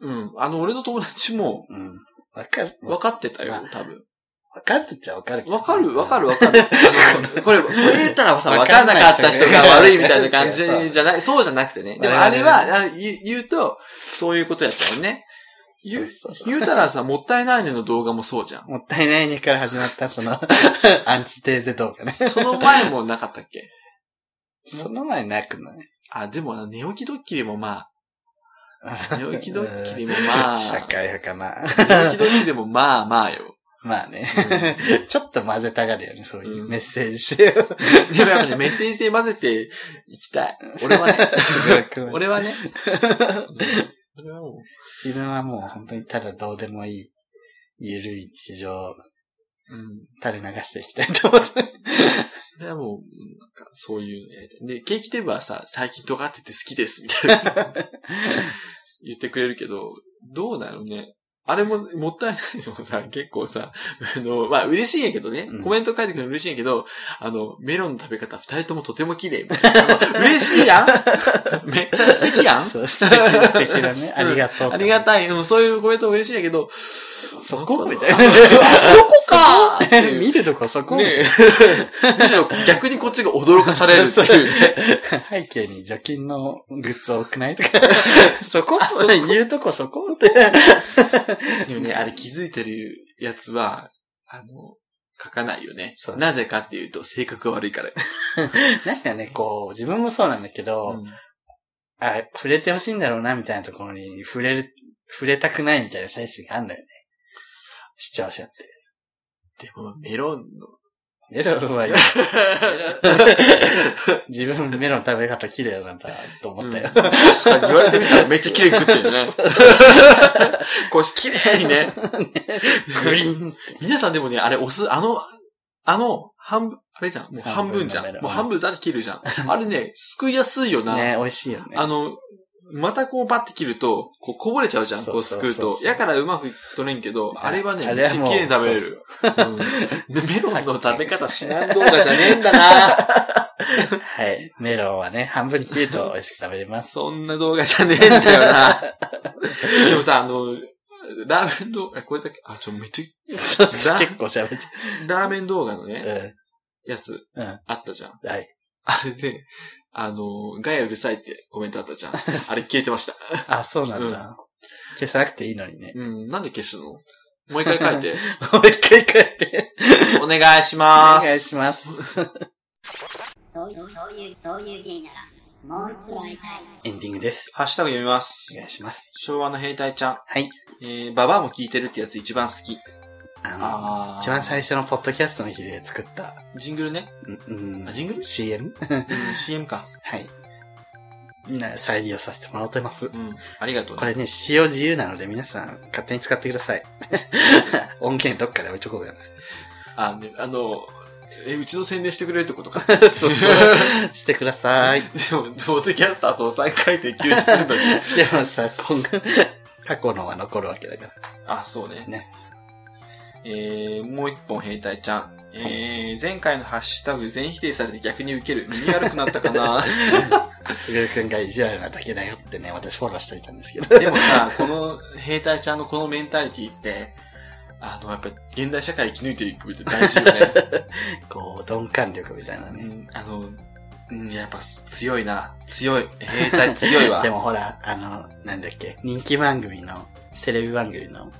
Speaker 1: うん、あの、俺の友達も、
Speaker 2: うん。分かる。
Speaker 1: 分
Speaker 2: 分
Speaker 1: かってたよ、多分。
Speaker 2: かるっちゃ分かるけど。
Speaker 1: わかるわかるわかる。あのこれ、これ言ったらさ、
Speaker 2: わ
Speaker 1: わ
Speaker 2: か
Speaker 1: か
Speaker 2: ん
Speaker 1: ん
Speaker 2: な
Speaker 1: ないかった人が悪いみたいな感じ
Speaker 2: そう
Speaker 1: じゃない、そうじゃなくてね。でもあ
Speaker 2: 我
Speaker 1: れ
Speaker 2: 々は
Speaker 1: は、あ言う言うと、そういうことやったよね。言
Speaker 2: そう
Speaker 1: う
Speaker 2: そうそう
Speaker 1: 言うたらさ、もったいないねの動画もそうじゃん。
Speaker 2: もったいないねから始まった、そ の、アンチテーゼ動画ね。
Speaker 1: その前もなかったっけ
Speaker 2: その前なくない
Speaker 1: あ、でもな寝起きドッキリもまあ、寝起きドッキリ
Speaker 2: も
Speaker 1: も まあ、
Speaker 2: 社会派か な。
Speaker 1: 寝起きドッキリでもまあまあよ。
Speaker 2: まあね。ちょっと混ぜたがるよね、そういううんメッセージ性
Speaker 1: で
Speaker 2: を。
Speaker 1: もやっぱ ね、メッセージ性混ぜていきたい。俺 はね、 俺はね、 うん俺はもう
Speaker 2: 自分はもう本当にただどうでもいい、ゆるい日常うん、垂れ流していきたいと思って。
Speaker 1: それはもう、なんか、そういうのやりたい。で、ケーキテーブはさ、最近尖ってて好きです、みたいな。言ってくれるけど、どうなのね。あれも、もったいないのもさ、結構さ、あの、まあ、嬉しいんやけどね
Speaker 2: うん。
Speaker 1: コメント書いてくれるの嬉しいんやけど、あの、メロンの食べ方、二人ともとても綺麗みたいな。 嬉しいやんめっちゃ素敵やん
Speaker 2: そう、素敵、素敵だね。ありがとう。
Speaker 1: ありがたい。うんそういうコメントも嬉しいんやけど、
Speaker 2: そこみたい な
Speaker 1: あ。 そこかーっていう
Speaker 2: 見るとこそこ
Speaker 1: ねえ むしろ逆にこっちが驚かされるっていうね。
Speaker 2: 背景に除菌のグッズ多くないとか。そこ
Speaker 1: そこ
Speaker 2: 言うとこそこって。
Speaker 1: でもね、あれ気づいてるやつは、あの、書かないよね
Speaker 2: そう。
Speaker 1: なぜかっていうと、性格が悪いから。
Speaker 2: なんかね、こう、自分もそうなんだけど、あ、触れてほしいんだろうな、みたいなところに、触れる、触れたくないみたいな精神があるんだよね。視聴者って。
Speaker 1: でも、メロンの。
Speaker 2: メロ ンはいい。自分メロン食べ方綺麗なんだ、と思ったよ。
Speaker 1: うん確かに言われてみたらめっちゃ綺麗に食ってるね。腰綺麗にね。
Speaker 2: グリーン。
Speaker 1: 皆さんでもね、あれ押す、あの、あの、半分、あれじゃん。もう半分じゃ
Speaker 2: 半
Speaker 1: ん。
Speaker 2: 分のメロン
Speaker 1: もう半分ざって切るじゃん。あれね、すくいやすいよな。
Speaker 2: ね、美味しいよね。
Speaker 1: あの、またこうバッて切ると、こうこぼれちゃうじゃん、
Speaker 2: そう
Speaker 1: こうすくう
Speaker 2: そうそう
Speaker 1: と
Speaker 2: そ。う
Speaker 1: やからうまく取れんけど、あれはね、
Speaker 2: あ
Speaker 1: めっ
Speaker 2: れは
Speaker 1: ちゃ
Speaker 2: もう
Speaker 1: 綺麗に食べれ
Speaker 2: そ
Speaker 1: る。うんでメロンの食べ 方知らん動画じゃねえんだな
Speaker 2: はい。メロンはね、半分に切ると美味しく食べ れま す。
Speaker 1: そんな動画じゃねえんだよなでもさ、あの、ラーメン動画、これだけ、あ、ちょ、めっち
Speaker 2: そうそう結構喋っち
Speaker 1: ゃ、ラーメン動画の
Speaker 2: ゃ
Speaker 1: ね、
Speaker 2: う。
Speaker 1: やつ、
Speaker 2: うん。
Speaker 1: あったじゃん。
Speaker 2: うん。はい。
Speaker 1: あれで、あの、ガヤうるさいってコメントあったじゃん。あれ消えてました。
Speaker 2: あ、そうなんだ。
Speaker 1: うん
Speaker 2: 消さなくていいのにね。
Speaker 1: うん、なんで消すのもう一回書いて。
Speaker 2: もう一回帰って。
Speaker 1: お願いし
Speaker 2: お
Speaker 1: ま
Speaker 2: 願いします。
Speaker 5: そういう、そういう、そういう芸なら、もう一度会いたい。
Speaker 2: エンディングです。
Speaker 1: ハッシュタグ読みます
Speaker 2: お。願いします。
Speaker 1: 昭和の兵隊ちゃん。
Speaker 2: はい。
Speaker 1: えー、ババアも聞いてるってやつ一番好き。
Speaker 2: あの、
Speaker 1: ー
Speaker 2: 一番最初のポッドキャストの日で作った、
Speaker 1: ジングルね。
Speaker 2: うん、うん
Speaker 1: あ、ジングル
Speaker 2: CM?
Speaker 1: うん ?CM か。
Speaker 2: はい。みんな再利用させてもらってま
Speaker 1: う
Speaker 2: す。
Speaker 1: ん。ありがとう
Speaker 2: こ
Speaker 1: ね。
Speaker 2: れね、使用自由なので皆さん勝手に使ってくだ さい。音源どっかで置いとこうかな。
Speaker 1: あ、ね、あの、え、うちの宣伝してくれるってことか。
Speaker 2: そうそう。 してください。
Speaker 1: でも、ポッドキャスターと3回で休止するのに。
Speaker 2: でもさ、今後、過去のは残るわけだから。
Speaker 1: あ、そうね。
Speaker 2: ね
Speaker 1: えー、もう一本兵隊ちゃん。えー、前回のハッシュタグ全否定されて逆に受ける。耳悪くなったかな
Speaker 2: すぐるくんが意地悪なだけだよってね、私フォローしといたんですけど。
Speaker 1: でもさ、この兵隊ちゃんのこのメンタリティって、あの、やっぱ現代社会生き抜いていくって大事よね。
Speaker 2: こう、鈍感力みたいな
Speaker 1: う
Speaker 2: ね。
Speaker 1: ん、あの、うん、やっぱ強いな。強い。兵隊強いわ。
Speaker 2: でもほら、あの、なんだっけ、人気番組の、テレビ番組の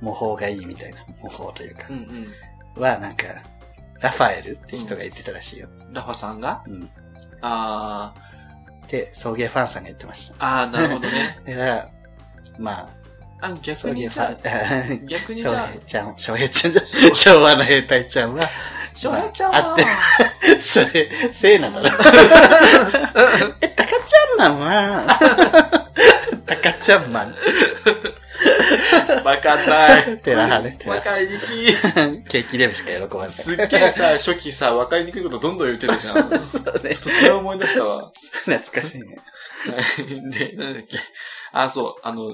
Speaker 2: 模倣がいいみたいな、模倣というか
Speaker 1: う、ん
Speaker 2: はなんか、ラファエルって人が言ってたらしいよ。
Speaker 1: うん。ラファさんが
Speaker 2: うん。
Speaker 1: あ
Speaker 2: で、送迎ファンさんが言ってました。
Speaker 1: あ、ああ、なるほどね。
Speaker 2: だから、まあ、
Speaker 1: あ、
Speaker 2: 送
Speaker 1: 逆
Speaker 2: 迎
Speaker 1: に
Speaker 2: フ
Speaker 1: じゃ
Speaker 2: ァ
Speaker 1: あ、
Speaker 2: ン、
Speaker 1: 逆にじ
Speaker 2: 翔
Speaker 1: ゃあ
Speaker 2: 平、ちゃん、翔平ちゃんじゃ、昭和の兵隊ちゃんは、
Speaker 1: 翔平ちゃん
Speaker 2: あ合
Speaker 1: は
Speaker 2: って、それ、せい なだろ。え、タカちゃんマンは、タカちゃんマン。
Speaker 1: わかんない。
Speaker 2: テラハね、テ
Speaker 1: わ
Speaker 2: ラハ。
Speaker 1: かりにきい。
Speaker 2: ケーキレブしか喜ばない。
Speaker 1: すっげえさ、初期さ、わかりにくいことどんどん言ってたじゃん。ちょっ
Speaker 2: そうね
Speaker 1: と。それを思い出したわ。
Speaker 2: 懐かしいね。
Speaker 1: はい で、なんだっけ。あ、そう、あの、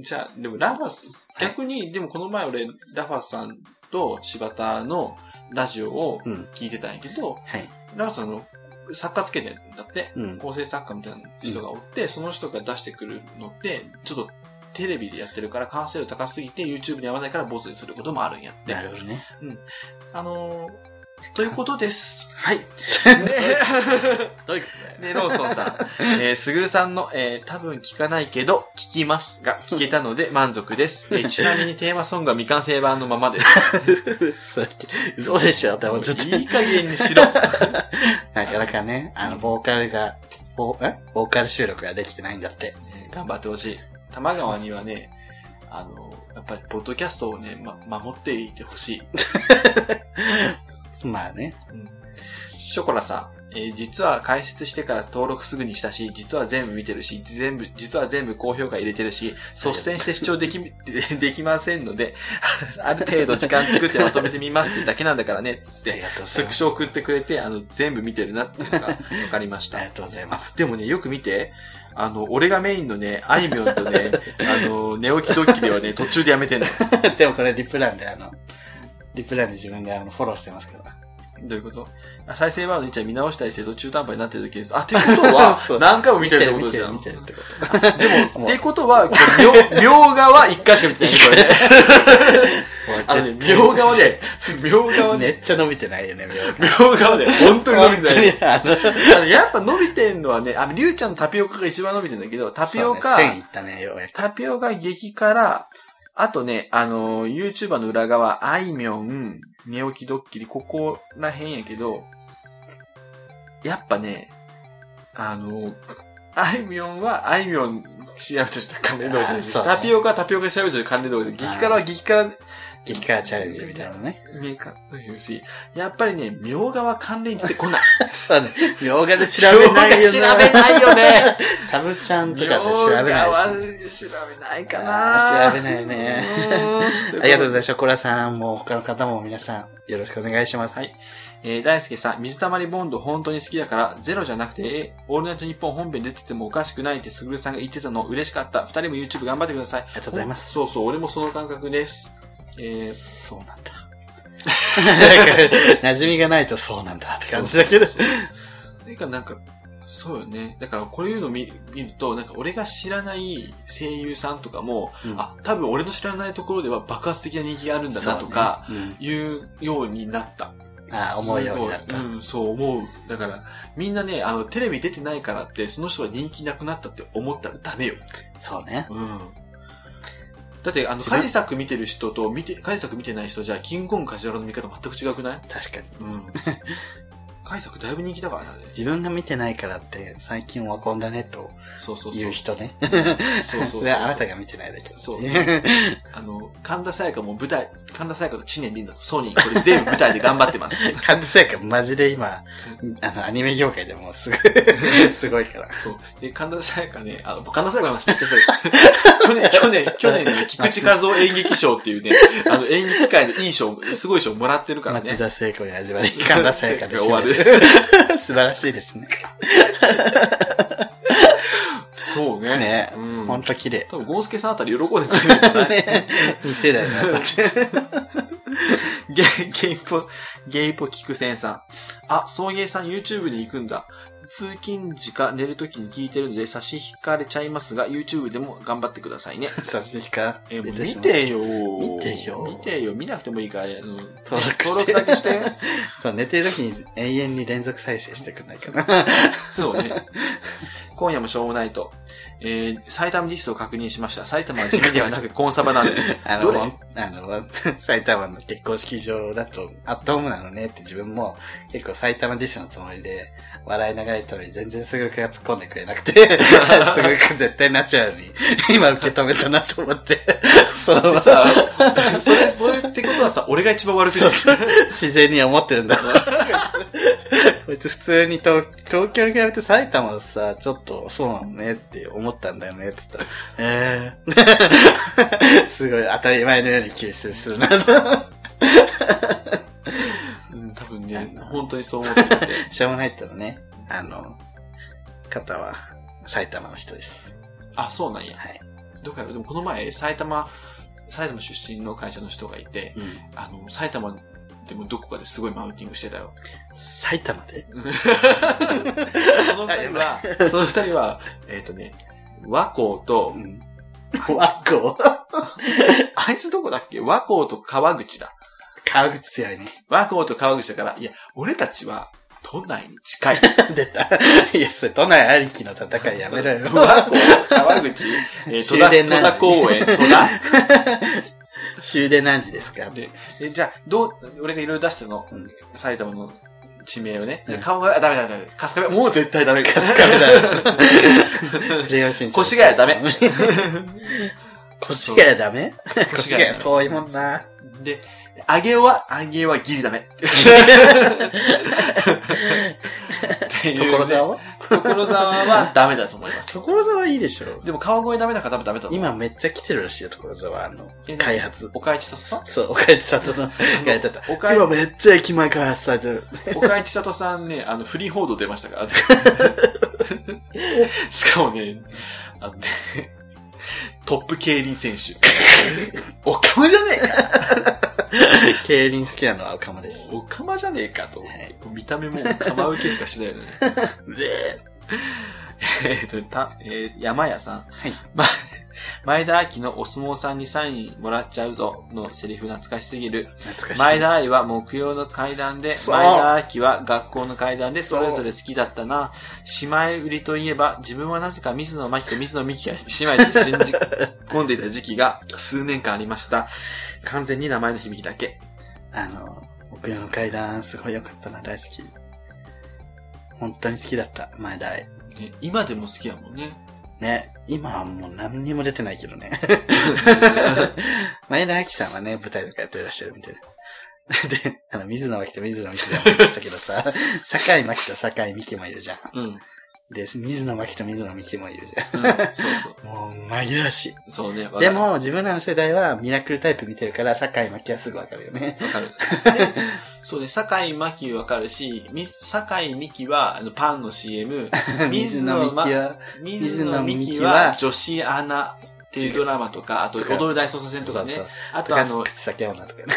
Speaker 1: じゃあ、でもラファス、
Speaker 2: はい
Speaker 1: 逆に、でもこの前俺、ラファさんと柴田のラジオを
Speaker 2: うん。
Speaker 1: 聞いてたんやけど、
Speaker 2: はい。
Speaker 1: ラファさんの作家つけてんだって、
Speaker 2: うん。
Speaker 1: 構成作家みたいな人がおって、その人が出してくるのって、ちょっとテレビでやってるから完成度高すぎて YouTube に合わないからボツにすることもあるんやって。
Speaker 2: なるほどね。
Speaker 1: あのーということです。
Speaker 2: はい。
Speaker 1: で
Speaker 2: どういうこと
Speaker 1: で、ローソン さん、えー、すぐるさんの、えー、多分聞かないけど、聞きますが、聞けたので満足です。 えーちなみにテーマソングは未完成版のままです。
Speaker 2: だよ。それ、嘘でしょでもちょっと、
Speaker 1: いい加減にしろ。
Speaker 2: なかなかね、あの、ボーカルが、ボー、えボーカル収録ができてないんだって。
Speaker 1: 頑張ってほしい。玉川にはね、あの、やっぱり、ポッドキャストをね、ま、守っていてほしい。
Speaker 2: まあね。
Speaker 1: ショコラさん、えー実は解説してから登録すぐにしたし、実は全部見てるし、全部、実は全部高評価入れてるし、率先して視聴でき、 できませんので、ある程度時間作ってまとめてみますってだけなんだからね、つっ
Speaker 2: あり
Speaker 1: て、
Speaker 2: がとうござい
Speaker 1: ス
Speaker 2: ま
Speaker 1: ク
Speaker 2: す。
Speaker 1: ショ送ってくれて、あの、全部見てるなっていうのが分かりまし
Speaker 2: あ
Speaker 1: た
Speaker 2: りが。とうございま
Speaker 1: あ
Speaker 2: す。、
Speaker 1: でもね、よく見て、あの、俺がメインのね、あいみょんとね、あの、寝起きドッキリはね、途中でやめてんの。
Speaker 2: でもこれリプランであの、リプランで自分であのフォローしてますから。、
Speaker 1: どういうことあ再生ワードにじゃあ見直したりして途中短波になってる時です。あ、ってことは
Speaker 2: そう
Speaker 1: 何回も見てるってことじゃん。
Speaker 2: 見てる見てるってこと。でも、
Speaker 1: ってことは、こうみょう側は1回しか見てないね、これね。あのね、みょう側で、みょう側
Speaker 2: め
Speaker 1: ね、
Speaker 2: っちゃ伸びてないよ ね、みょう
Speaker 1: みょう側で、本当に伸びてない。
Speaker 2: あの、
Speaker 1: あのやっぱ伸びてんのはね、あの、りゅうちゃんのタピオカが一番伸びてんだけど、タピオカ、
Speaker 2: そうね線いったね、ようやく。
Speaker 1: タピオカ激辛、あとね、あのー、YouTuber の裏側、あいみょん、寝起きドッキリ、ここら辺やけど、やっぱね、あのー、あいみょんは、あいみょん調べとした関連動画です、
Speaker 2: あそうね
Speaker 1: タピオカはタピオカ調べとした関連動画です。激辛は激辛に
Speaker 2: 激辛チャレンジみたいなのね。
Speaker 1: 見えかないし、やっぱりね、みょうがは関連してこない。
Speaker 2: そうね。みょうがで調べない
Speaker 1: みょう
Speaker 2: よね。
Speaker 1: が調べないよね。
Speaker 2: サブちゃんとかで
Speaker 1: みょうが
Speaker 2: 調べない
Speaker 1: は
Speaker 2: し。
Speaker 1: 調べないかな
Speaker 2: あー調べないね
Speaker 1: うーん
Speaker 2: ありがとうございました。コラさんも他の方も皆さん、よろしくお願いします。
Speaker 1: はいえー大輔さん、水溜りボンド本当に好きだから、ゼロじゃなくて、えーオールナイトニッポン本編出ててもおかしくないってすぐるさんが言ってたの嬉しかった。二人も YouTube 頑張ってください。あり
Speaker 2: がとうございます。
Speaker 1: そうそう、俺もその感覚です。えー
Speaker 2: そうなん だ。なんか馴染みがないとそうなんだって感じだけど。
Speaker 1: そうそうそうてかなんか、そうよね。だからこういうの見見ると、なんか俺が知らない声優さんとかも、
Speaker 2: うん
Speaker 1: あ、多分俺の知らないところでは爆発的な人気があるんだなとか、
Speaker 2: そうねうん
Speaker 1: いうようになった。
Speaker 2: ああ、思うようになっ
Speaker 1: す
Speaker 2: た
Speaker 1: ごい。うん、そう思う。だから、みんなね、あの、テレビ出てないからって、その人が人気なくなったって思ったらダメよ。
Speaker 2: そうね。
Speaker 1: うん。だって、あの、
Speaker 2: 自
Speaker 1: カ
Speaker 2: 分
Speaker 1: ジサク見てる人と、見て、カジサク見てない人じゃ、キングコングカジュアルの見方全く違くない
Speaker 2: 確かに。
Speaker 1: うん。カジサクだいぶ人気だからね。
Speaker 2: 自分が見てないからって、最近はこんだねと
Speaker 1: そうそうそ。
Speaker 2: いうう人ね。
Speaker 1: そうそうそう。
Speaker 2: それはあなたが見てないだけ。
Speaker 1: そうあの、神田沙也加も舞台、神田沙也加と知念凛だとソニー、これ全部舞台で頑張ってます。
Speaker 2: 神田沙也加マジで今、あの、アニメ業界でもうす ごい、すごいから。
Speaker 1: そう。で、神田沙也加ね、あの、神田沙也加の話めっちゃしたい。去年、去年、去年ね、菊池和夫演劇賞っていうね、あの、演劇界のいい賞、すごい賞もらってるから
Speaker 2: 松
Speaker 1: ね。
Speaker 2: 田聖子に始まり、神田沙也加で
Speaker 1: 終わる
Speaker 2: 締める 素晴らしいですね。
Speaker 1: そうね。
Speaker 2: ね
Speaker 1: う
Speaker 2: ほん
Speaker 1: ん。
Speaker 2: と綺麗。
Speaker 1: 多分、ゴンスケさんあたり喜んでくれるんじゃ ない
Speaker 2: 二世代になったって。
Speaker 1: ゲゲイポ、ゲイポ菊仙さん。あ、送迎さん YouTube で行くんだ。通勤時か寝るときに聞いてるので差し引かれちゃいますが、YouTube でも頑張ってくださいね。
Speaker 2: 差し引か
Speaker 1: え、
Speaker 2: れ
Speaker 1: もう
Speaker 2: て
Speaker 1: 見
Speaker 2: しまった。
Speaker 1: てよ。
Speaker 2: 見てよ
Speaker 1: 見てよ。見なくてもいいから、あの
Speaker 2: 登
Speaker 1: 登
Speaker 2: 録し
Speaker 1: 録
Speaker 2: て。
Speaker 1: だけして。
Speaker 2: そう、寝てる時に永遠に連続再生してくんないかな。
Speaker 1: そうね。今夜もしょうもないと。えー、埼玉ディストを確認しました。埼玉は地味ではなくコンサバなん です。
Speaker 2: あ
Speaker 1: ど
Speaker 2: の、
Speaker 1: れ
Speaker 2: あの、 埼玉の結婚式場だと、アットホームなのねって自分も結構埼玉ディスのつもりで笑いながら言ったのに全然すぐくが突っ込んでくれなくて、 すぐく絶対ナチュラルに今受け止めたなと思って、 そのま
Speaker 1: で
Speaker 2: ま
Speaker 1: さ、それ、そういうってことはさ、俺が一番悪くて
Speaker 2: そうそう自然に思ってるんだ ろう。こいつ普通に東東京に比べて埼玉はさ、ちょっとそうなのねって思ったんだよねって言ったら、えー、 すごい当たり前のように吸収するなと。
Speaker 1: うん、多分ね、本当にそう思ってて。
Speaker 2: しょうもないったのね、あの、方は埼玉の人です。
Speaker 1: あ、そうなんや。
Speaker 2: はい。
Speaker 1: どこやろでもこの前、埼玉、埼玉出身の会社の人がいて、あの、埼玉でもどこかですごいマウンティングしてたよ。
Speaker 2: 埼玉で
Speaker 1: その二人は、その二人は、えっ、とね、和光と、
Speaker 2: ん。和光
Speaker 1: あいつどこだっけ和光と川口だ。
Speaker 2: 川口強いね。
Speaker 1: 和光と川口だから、いや、俺たちは都内に近い。
Speaker 2: 出た。 いや、それ都内ありきの戦いやめろよ。
Speaker 1: 和光、川口、えー、戸
Speaker 2: 終
Speaker 1: 田
Speaker 2: 電
Speaker 1: 戸
Speaker 2: 何時
Speaker 1: 田公園、戸田。
Speaker 2: 終電何時ですか
Speaker 1: でえじゃあ、どう、俺がいろいろ出したの、
Speaker 2: うん
Speaker 1: 埼玉の地名をね。
Speaker 2: うん
Speaker 1: 顔が、あダメだ、ダメだ。春日部、もう絶対ダメ。春
Speaker 2: ス カルだ よ。クレヨンしんちゃん
Speaker 1: 越谷ダ メ。
Speaker 2: 越谷ダメ
Speaker 1: 越
Speaker 2: 越
Speaker 1: 谷ダメ
Speaker 2: 谷遠いもんな。
Speaker 1: で、あげおは、あげおはギリダメ。っていうね
Speaker 2: 所沢は
Speaker 1: 所沢 はダメだと思います。
Speaker 2: 所沢いいでしょ。
Speaker 1: でも川越ダメだから多分ダメだと思う。
Speaker 2: 今めっちゃ来てるらしいよ、所沢あの
Speaker 1: え、何
Speaker 2: 開発。
Speaker 1: 岡市里さん
Speaker 2: そう、岡市里の開発だった。
Speaker 1: おかえ
Speaker 2: 今めっちゃ駅前開発されて る。
Speaker 1: 岡市里さんね、あの、フリー報道出ましたから ね。しかもね、あのね、トップ競輪選 手。おかまじゃねえか
Speaker 2: 競輪好きなのは岡間です。
Speaker 1: おかまじゃねえかと思っ
Speaker 2: は
Speaker 1: て
Speaker 2: い。
Speaker 1: 見た目もおかま受けしかしないよね。えっと、た、えー山屋さん。
Speaker 2: はい
Speaker 1: ま、 前田明のお相撲さんにサインもらっちゃうぞのセリフ懐かしすぎる。
Speaker 2: 懐かしい。
Speaker 1: 前田愛は木曜の階段で、
Speaker 2: そう
Speaker 1: 前田愛は学校の階段で
Speaker 2: そ
Speaker 1: そうれぞれ好きだったな。姉妹売りといえば、自分はなぜか水野真紀と水野美紀が 姉妹で信じ込んでいた時期が数年間ありました。完全に名前の響きだけ。
Speaker 2: あの、僕の階段すごい良かったな、大好き。本当に好きだった、前田愛。
Speaker 1: ね今でも好きやもん ね。
Speaker 2: ね、今はもう何にも出てないけど ね。前田亜紀さんはね、舞台とかやってらっしゃるみたいな。 で、あの、水野真紀と水野美紀でやってましたけどさ、 酒井真紀と酒井美紀もいるじゃん。
Speaker 1: うん。うん
Speaker 2: で、水野真紀と水野美紀もいるじゃ
Speaker 1: そうそう。
Speaker 2: ん。もう、紛らわしい。
Speaker 1: そう ね。わかる
Speaker 2: で、も、自分らの世代はミラクルタイプ見てるから、酒井真紀はすぐわかるよね。
Speaker 1: わかる。でそうね、酒井真紀わかるし、み酒井美紀は、あの、パンの CM、水
Speaker 2: 水
Speaker 1: 野
Speaker 2: 野
Speaker 1: 真
Speaker 2: 美紀は、
Speaker 1: 水野美紀
Speaker 2: 水野美紀は
Speaker 1: は女子アナっていうドラマとか、あと
Speaker 2: とか
Speaker 1: 踊る大捜査線とかね
Speaker 2: そうそう。
Speaker 1: あ
Speaker 2: と
Speaker 1: と
Speaker 2: か
Speaker 1: あの、
Speaker 2: 口先女とかね。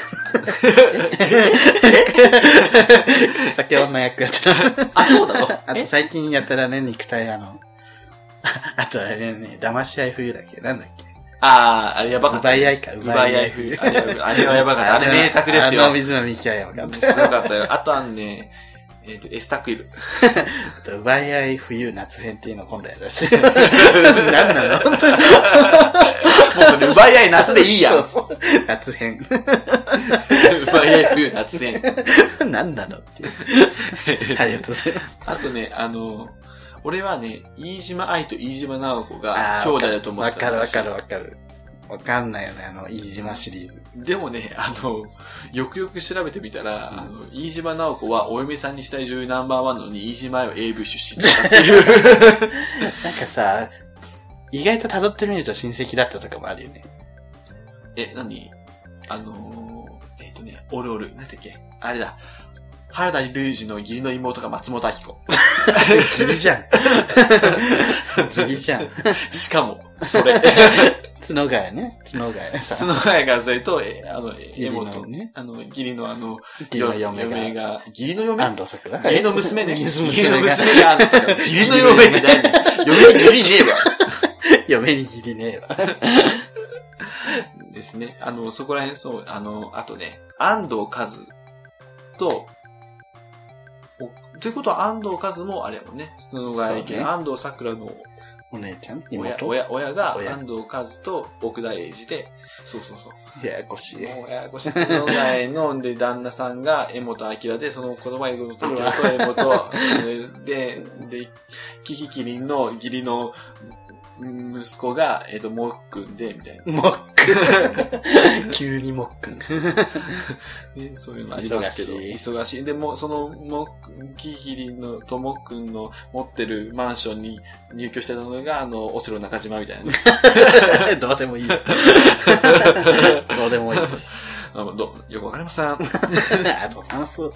Speaker 2: 口先女役やったら。
Speaker 1: あ、そうだと。
Speaker 2: あと最近やったらね、肉体あの、ああとあれね、騙し合い冬だっけなんだっけ
Speaker 1: ああ、あれやばかった。
Speaker 2: 奪い合いか、
Speaker 1: 奪い合い風。あれあれはやばかった。あれ名作ですよ
Speaker 2: あの。水野美紀はやばかっ
Speaker 1: すごかったよ。あとあのね、えっと、エスタクイブ。
Speaker 2: た。あと奪い合い冬夏編っていうのを今度やるらしい。なんなの
Speaker 1: もうそれ奪い合い夏でいいやん。
Speaker 2: そうそう夏 編。
Speaker 1: 奪い合い冬夏戦。
Speaker 2: なんなのっていう。ありがとうござ います。
Speaker 1: あとね、あの、俺はね、飯島愛と飯島直子
Speaker 2: あ
Speaker 1: が
Speaker 2: ー
Speaker 1: 兄弟だと思って
Speaker 2: わか
Speaker 1: た
Speaker 2: る
Speaker 1: ら
Speaker 2: わ
Speaker 1: しい
Speaker 2: かるわかる。わかんないよね、あの、飯島 シリーズ。
Speaker 1: でもね、あの、よくよく調べてみたら、あの、飯島直子はお嫁さんにしたい女優ナンバーワンなのに、飯島愛は AV 出身だったってい う。
Speaker 2: なんかさ、意外と辿ってみると親戚だったとかもあるよね。
Speaker 1: え、何あのー、えっ、とね、オルオル、なんだっけあれだ。原田龍二の義理の妹が松本明 子。
Speaker 2: ギリじ ゃん。ギリじゃん。
Speaker 1: しかも、それ。
Speaker 2: 角がやね。角がやさ。
Speaker 1: 角谷がそれと、えあの、
Speaker 2: 義
Speaker 1: え
Speaker 2: 理の
Speaker 1: 妹、
Speaker 2: ね
Speaker 1: あの、義理のあの、
Speaker 2: 義理の嫁が
Speaker 1: 嫁が、義理の嫁
Speaker 2: 安藤桜。
Speaker 1: 義理の娘ね。義
Speaker 2: 義
Speaker 1: 理
Speaker 2: 理
Speaker 1: の
Speaker 2: の
Speaker 1: 娘
Speaker 2: 娘
Speaker 1: があるんですよ。義理の嫁って何嫁に義理ねえわ。
Speaker 2: 嫁にギリねえわ。
Speaker 1: ですね。あの、そこら辺そう、あの、あとね、安藤和と、おということは安藤和もあれやもんね、角川駅、
Speaker 2: そうね
Speaker 1: 安藤桜の
Speaker 2: お姉ちゃん
Speaker 1: 親
Speaker 2: 妹
Speaker 1: 親親が
Speaker 2: 親
Speaker 1: 安藤和と奥田英二で、そうそうそう。
Speaker 2: ややこしい。
Speaker 1: もうややこしい。角川へのんで旦那さんが江本明で、その子供は江本明と江 本、で、で、キキキリンの義理のうん息子が、えっ、と、もっくんで、みたいな。
Speaker 2: もっ くん。急にもっくん。
Speaker 1: ね、そういうのありますけど。忙
Speaker 2: 忙
Speaker 1: しい。でも、その、も、キヒリンの、ともっくんの持ってるマンションに入居してたのが、あの、オセロ中島みたいなね。
Speaker 2: どうでもいい。どうでもいい です。
Speaker 1: あのどうよくわかりません。
Speaker 2: あと楽しそう。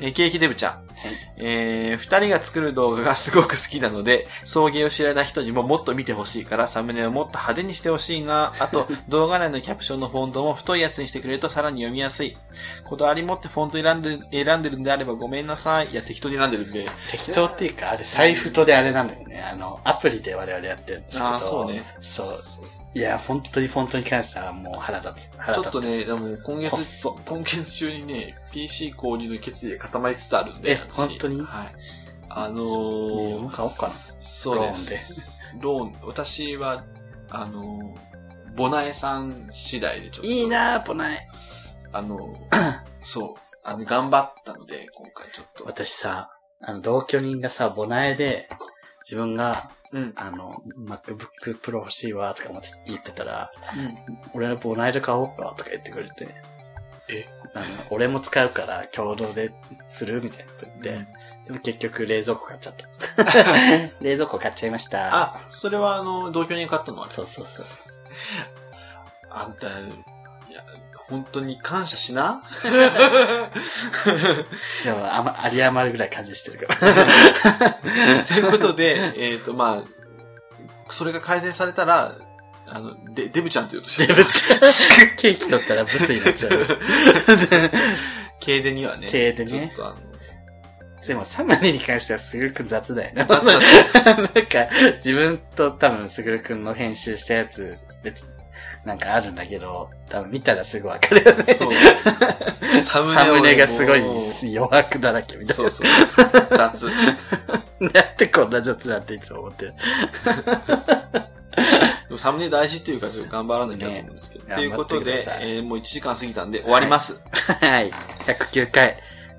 Speaker 1: えーケーキデブちゃん。えー二人が作る動画がすごく好きなので、送迎を知らない人にももっと見てほしいから、サムネをもっと派手にしてほしいな。あ と、動画内のキャプションのフォントも太いやつにしてくれるとさらに読みやすい。こだわり持ってフォント選んで、選んでるんであればごめんなさい。いや、適当に選んでるんで。
Speaker 2: 適当っていうか、あれ、財布とであれなんだよね。あの、アプリで我々やってるんですけど。
Speaker 1: あーそうね。
Speaker 2: そう。いや、本当にフォントに関してはもう腹立つ。腹
Speaker 1: ちょ
Speaker 2: 立つ。
Speaker 1: っとね、でも今
Speaker 2: ほっ
Speaker 1: 月
Speaker 2: そ、
Speaker 1: 今月中にね、PC 購入の決意が固まりつつあるんで。
Speaker 2: え
Speaker 1: 私
Speaker 2: 本当に
Speaker 1: はい。あの
Speaker 2: 自
Speaker 1: ー
Speaker 2: 分、買おうかな。
Speaker 1: そうです。ローン私は、あのー、ボナエさん次第でちょっと。
Speaker 2: いいなぁ、ポナエ。
Speaker 1: あのー、そう。あの、頑張ったので、今回ちょっと。
Speaker 2: 私さ、あの、同居人がさ、ボナエで、自分が、
Speaker 1: うん。
Speaker 2: あの、MacBook Pro 欲しいわ、とか思って言ってたら、俺のボナエで買おうか、とか言ってくれて、
Speaker 1: え
Speaker 2: あの、俺も使うから共同でするみたいなこと言って、でも結局冷蔵庫買っちゃった。 冷蔵庫買っちゃいました。
Speaker 1: あ、それはあの、同居人が買ったのあれ
Speaker 2: そうそうそう。
Speaker 1: あんた、いや、本当に感謝し な。
Speaker 2: でもあ、ま、あり余るぐらい家事してるから。
Speaker 1: ということで、えっ、と、まあ、それが改善されたら、あの、で、デブちゃんって言うとして
Speaker 2: で、ぶち、ケーキ取ったらブスにな っちゃう。
Speaker 1: 経営にはね。
Speaker 2: 経営でね
Speaker 1: ちょっとあの、
Speaker 2: でも、サムネに関してはすぐるくん雑だよね。
Speaker 1: 雑だね
Speaker 2: なんか、自分と多分、すぐるくんの編集したやつ、別なんかあるんだけど、多分見たらすぐわかるよ ね。
Speaker 1: そう。
Speaker 2: サ
Speaker 1: サ
Speaker 2: ム
Speaker 1: ム
Speaker 2: ネ
Speaker 1: ネ
Speaker 2: がすごい
Speaker 1: もう
Speaker 2: 余白だらけみたい
Speaker 1: そうそう。雑。
Speaker 2: な。なんでこんな雑なんていつも思ってる。
Speaker 1: でもサムネ大事っていうか、ちょっと頑張らなきゃと思うんですけど。
Speaker 2: ね
Speaker 1: ということ
Speaker 2: 頑張っ
Speaker 1: で
Speaker 2: てくだ、さい
Speaker 1: えーもう1時間過ぎたんで終わります。
Speaker 2: はい。109回、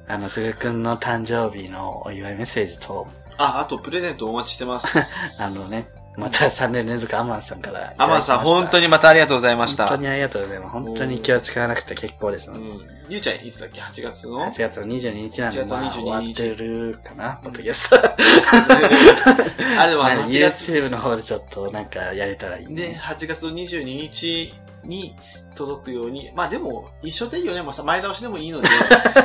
Speaker 2: あの、すぐるくんの誕生日のお祝いメッセージと、
Speaker 1: あ、あとプレゼントお待ちして ます。
Speaker 2: あのね、また3年連続アマンさんから。
Speaker 1: アマンさん、本当
Speaker 2: に。
Speaker 1: にまたありがとうございました。
Speaker 2: 本当にありがとうございます。本当に気を使わなくて結構ですので。
Speaker 1: うん。ゆうちゃん、いつだっけ ?8 月の
Speaker 2: 8月の22日なんで、
Speaker 1: 8月の
Speaker 2: まあ、
Speaker 1: 22
Speaker 2: 終わってるかな、ポッドキャス ト。
Speaker 1: あ、でもあの、8月、
Speaker 2: YouTube の方でちょっとなんかやれたらいい
Speaker 1: ね、
Speaker 2: ね。
Speaker 1: 8月の22日に届くように、まあでも、一緒でいいよね。もうさ、前倒しでもいい ので、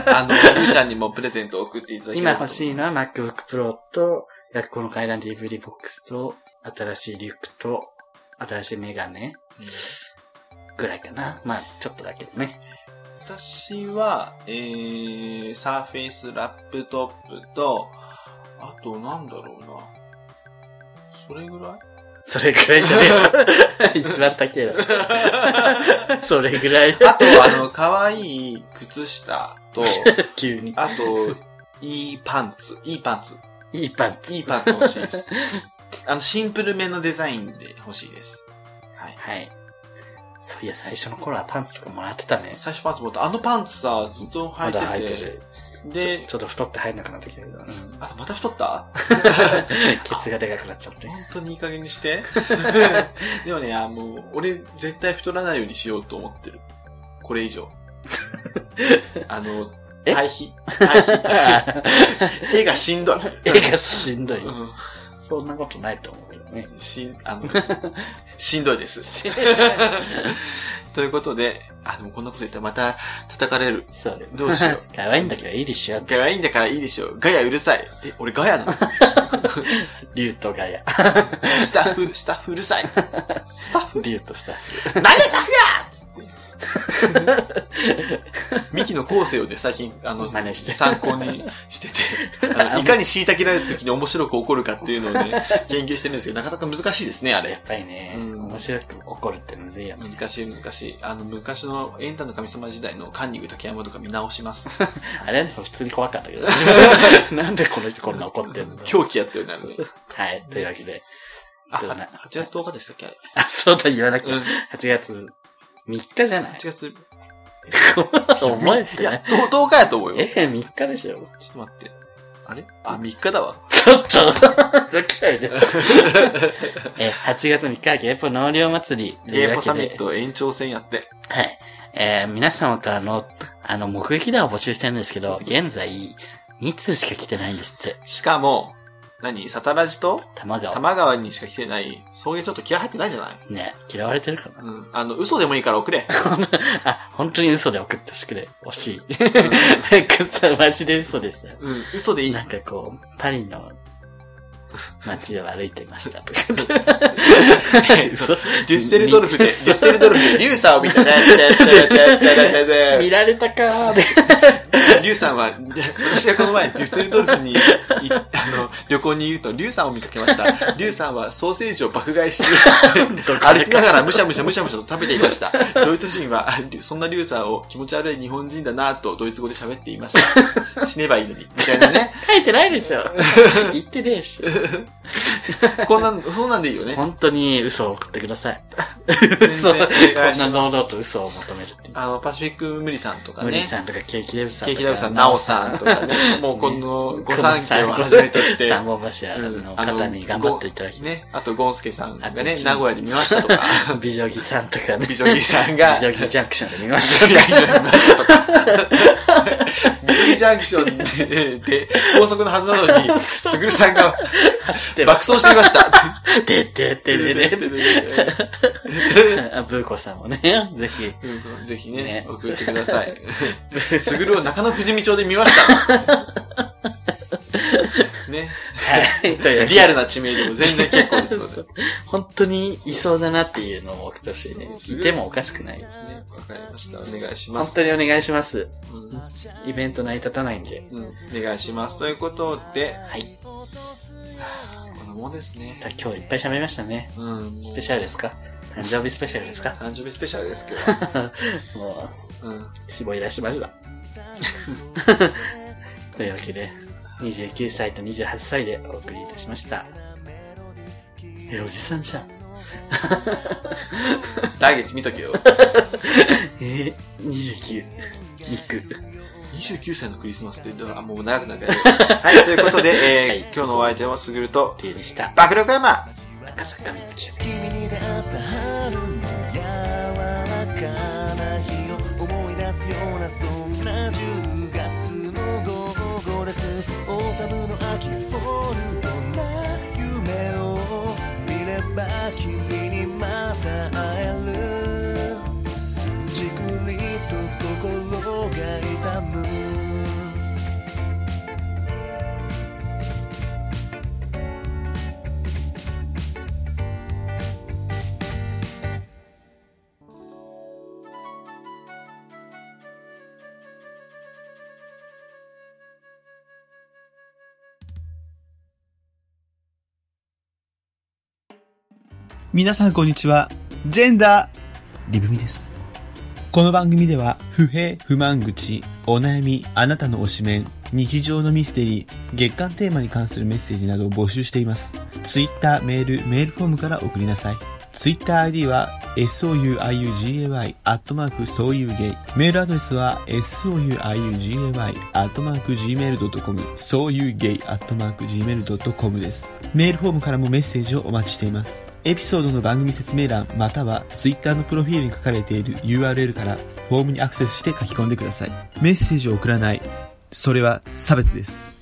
Speaker 1: あの、ゆうちゃんにもプレゼントを送っていただけ
Speaker 2: 今欲し
Speaker 1: い。
Speaker 2: いのは MacBook Pro と、学校の階段 DVD ボックスと、新しいリュックと、新しいメガネぐらいかな。まあ、ちょっとだけどね。
Speaker 1: 私は、えー、サーフェイスラップトップと、あと、なんだろうな。それぐ らい
Speaker 2: それぐらいじゃね えよ一番高いな。それぐらい。
Speaker 1: あと、あの、可愛い靴下 と、
Speaker 2: 急に。
Speaker 1: あと、いいパンツ。いいパンツ。
Speaker 2: いいパンツ。
Speaker 1: いいパンツ欲しい です。あの、シンプルめのデザインで欲しいです。はい。
Speaker 2: はい。そういや、最初の頃はパンツとかもらってたね。
Speaker 1: 最初パンツ持った。あのパンツさ、ずっと履
Speaker 2: ま
Speaker 1: いて
Speaker 2: だ
Speaker 1: て。
Speaker 2: 履いてる。ちょ
Speaker 1: で
Speaker 2: ち、ょっと太って入んなくなってきたけど、うん
Speaker 1: あ、また太った
Speaker 2: ケツがでかくなっち ゃって
Speaker 1: 本。当にいい加減にして。でもね、あもう、俺絶対太らないようにしようと思ってる。これ以 上。あの、
Speaker 2: え
Speaker 1: 対比。対 比。絵がしんどい。
Speaker 2: 絵がしんどい。
Speaker 1: う
Speaker 2: そんなことないと思うけど ね。
Speaker 1: ん、しん、あの、しんどいです。 ということで、あ、でもこんなこと言ったらまた叩かれる。
Speaker 2: そうね。
Speaker 1: どうしよ
Speaker 2: 可愛いんだけど、いいでしょ。
Speaker 1: う。ガヤいいんだからいいでしょう。ガヤうるさい。え、俺ガヤな の
Speaker 2: 竜とガヤ。
Speaker 1: スタッフ、スタッフうる さい。スタッフ
Speaker 2: 竜とスタッ
Speaker 1: 何でスタッフやつって。ミキの構成をで最近、あの、
Speaker 2: 真似して
Speaker 1: 参考にしてて、 あのいかに虐げられた時に面白く起こるかっていうのをね、研究してるんですけど、なかなか難しいですね、あ
Speaker 2: フ。や
Speaker 1: れ
Speaker 2: っ。ぱりね、
Speaker 1: うん
Speaker 2: 面白く怒るってむずいよね。
Speaker 1: 難しい難しい。あの、昔のエンタの神様時代のカンニング竹山とか見直し ます。
Speaker 2: あれはでも普通に怖かっ たけど。なんでこの人こんな怒ってんの
Speaker 1: 狂気やったよね、あれね。
Speaker 2: はい。というわけで。
Speaker 1: あ、
Speaker 2: そうだね
Speaker 1: 8月10日でしたっけあれ。
Speaker 2: あ、そうだ、言わなきゃ。
Speaker 1: うん。
Speaker 2: 8月3日じゃない
Speaker 1: 8月、
Speaker 2: 覚え
Speaker 1: い
Speaker 2: てな
Speaker 1: や
Speaker 2: い。、
Speaker 1: 10日やと思うよ。
Speaker 2: え、3日でしょ。
Speaker 1: ちょっと待って。あれあ、3日だわ。
Speaker 2: ちょっと、どっか いで。え、8月3日はゲーポ農業祭り。
Speaker 1: ゲーポサミット延長戦やって。
Speaker 2: はい。えー皆様からの、あの、目撃談を募集してるんですけど、現在、2通しか来てないんですって。
Speaker 1: しかも、何サタラジと
Speaker 2: 玉川。
Speaker 1: 玉川にしか来てない、送迎ちょっと気合入ってないんじゃない
Speaker 2: ね、嫌われてるかな
Speaker 1: うん。あの、嘘でもいいから送れ。
Speaker 2: あ、本当に嘘で送ってほしくて、惜しい。なんかさ、マジで嘘です。
Speaker 1: うん、嘘でいい。
Speaker 2: なんかこう、パリの街を歩いてましたとか。嘘
Speaker 1: デュッセルドルフで、デュッ
Speaker 2: 嘘
Speaker 1: セルドルフで、リュウさんを見た。
Speaker 2: 見
Speaker 1: リ
Speaker 2: られたかーで。
Speaker 1: ュウさんは、私がこの前、デュッセルドルフに、いあの、旅行にいると、リュウさんを見かけました。リュウさんはソーセージを爆買いし、歩きながらむしゃむしゃむしゃむしゃと食べていました。ドイツ人は、あリュそんなリュウさんを気持ち悪い日本人だなぁとドイツ語で喋っていました。死ねばいいのに。みたいなね。
Speaker 2: 書いてないでしょ。言ってねえし。
Speaker 1: こんなん、そうなんでいいよ ね。
Speaker 2: 本当に嘘を送ってください。
Speaker 1: 然
Speaker 2: 嘘。こ
Speaker 1: お
Speaker 2: ん
Speaker 1: 願いします
Speaker 2: な堂々と嘘を求めるっていう。
Speaker 1: あの、パシフィック無理さんとか
Speaker 2: 無理
Speaker 1: ね。
Speaker 2: さんとかケーキデブさん
Speaker 1: ケ
Speaker 2: と
Speaker 1: ーキ
Speaker 2: か。
Speaker 1: ダブさん、ナオさんとかね。もうこの御三家をはじめとして。
Speaker 2: 三本柱の方に頑張っていただき
Speaker 1: うんあのごね。あと、ゴンスケさんが
Speaker 2: あ
Speaker 1: ね、
Speaker 2: と
Speaker 1: 名古屋で見ましたとか、
Speaker 2: 美女木さん とかね。
Speaker 1: 美女木さんが、
Speaker 2: 美女木ジャンクションで見ま
Speaker 1: 美女
Speaker 2: し
Speaker 1: 木
Speaker 2: た。
Speaker 1: で見ましたとか、美女木ジャンクションでで高速のはずなのに、すぐるさんが
Speaker 2: 走ってま
Speaker 1: 爆
Speaker 2: す。
Speaker 1: 走していました。
Speaker 2: でででででで。あブーコさんもね、ぜひ。
Speaker 1: うんぜひね
Speaker 2: ね、
Speaker 1: 送ってください。
Speaker 2: ブー
Speaker 1: すぐるを中野富士見町で見ました。ね。
Speaker 2: はい。という
Speaker 1: リアルな地名でも全然結構ですので。
Speaker 2: 本当にいそうだなっていうのを送ってほしいね。いてもおかしくない
Speaker 1: で。すね。わかりました。お願いしま
Speaker 2: 本
Speaker 1: す。
Speaker 2: 当にお願いします。
Speaker 1: うん
Speaker 2: イベント成り立たないんで。
Speaker 1: うん、お願いします。ということで、
Speaker 2: はい。
Speaker 1: このもんですね。
Speaker 2: 今日いっぱい喋りましたね。
Speaker 1: うん。
Speaker 2: スペシャルですか誕生日スペシャルですか
Speaker 1: 誕生日スペシャルですけど。
Speaker 2: も
Speaker 1: うん。
Speaker 2: う、ひぼい出しました。というわけで、29歳と28歳でお送りいたしました。え、おじさんじゃん。
Speaker 1: 来月見とけよ。
Speaker 2: えー、29。肉。
Speaker 1: 29歳のクリスマスって言ったら、あもう長くな るから。はい、ということで、えー
Speaker 2: はい
Speaker 1: 今日のお相手はすぐると、
Speaker 2: 理由でした。
Speaker 1: 爆力山
Speaker 2: 赤坂みつき。
Speaker 6: 君に出会った春の柔らかな日を思い出すようなそんな10月の午後ですオータムの秋フォルトな夢を見れば君にまた会えるじくりと心が痛む
Speaker 3: 皆さんこんにちは。ジェンダー。
Speaker 4: リブミです。
Speaker 3: この番組では、不平、不満口、お悩み、あなたの推しメン、日常のミステリー、月間テーマに関するメッセージなどを募集しています。ツイッター、メール、メールフォームから送りなさい。ツイッター ID は、souiugay、アットマーク、そういうゲイ。メールアドレスは、souiugay、アットマーク、gmail.com、そういうゲイ、アットマーク、gmail.com です。メールフォームからもメッセージをお待ちしています。エピソードの番組説明欄または Twitter のプロフィールに書かれている URL からフォームにアクセスして書き込んでください。メッセージを送らない。それは差別です。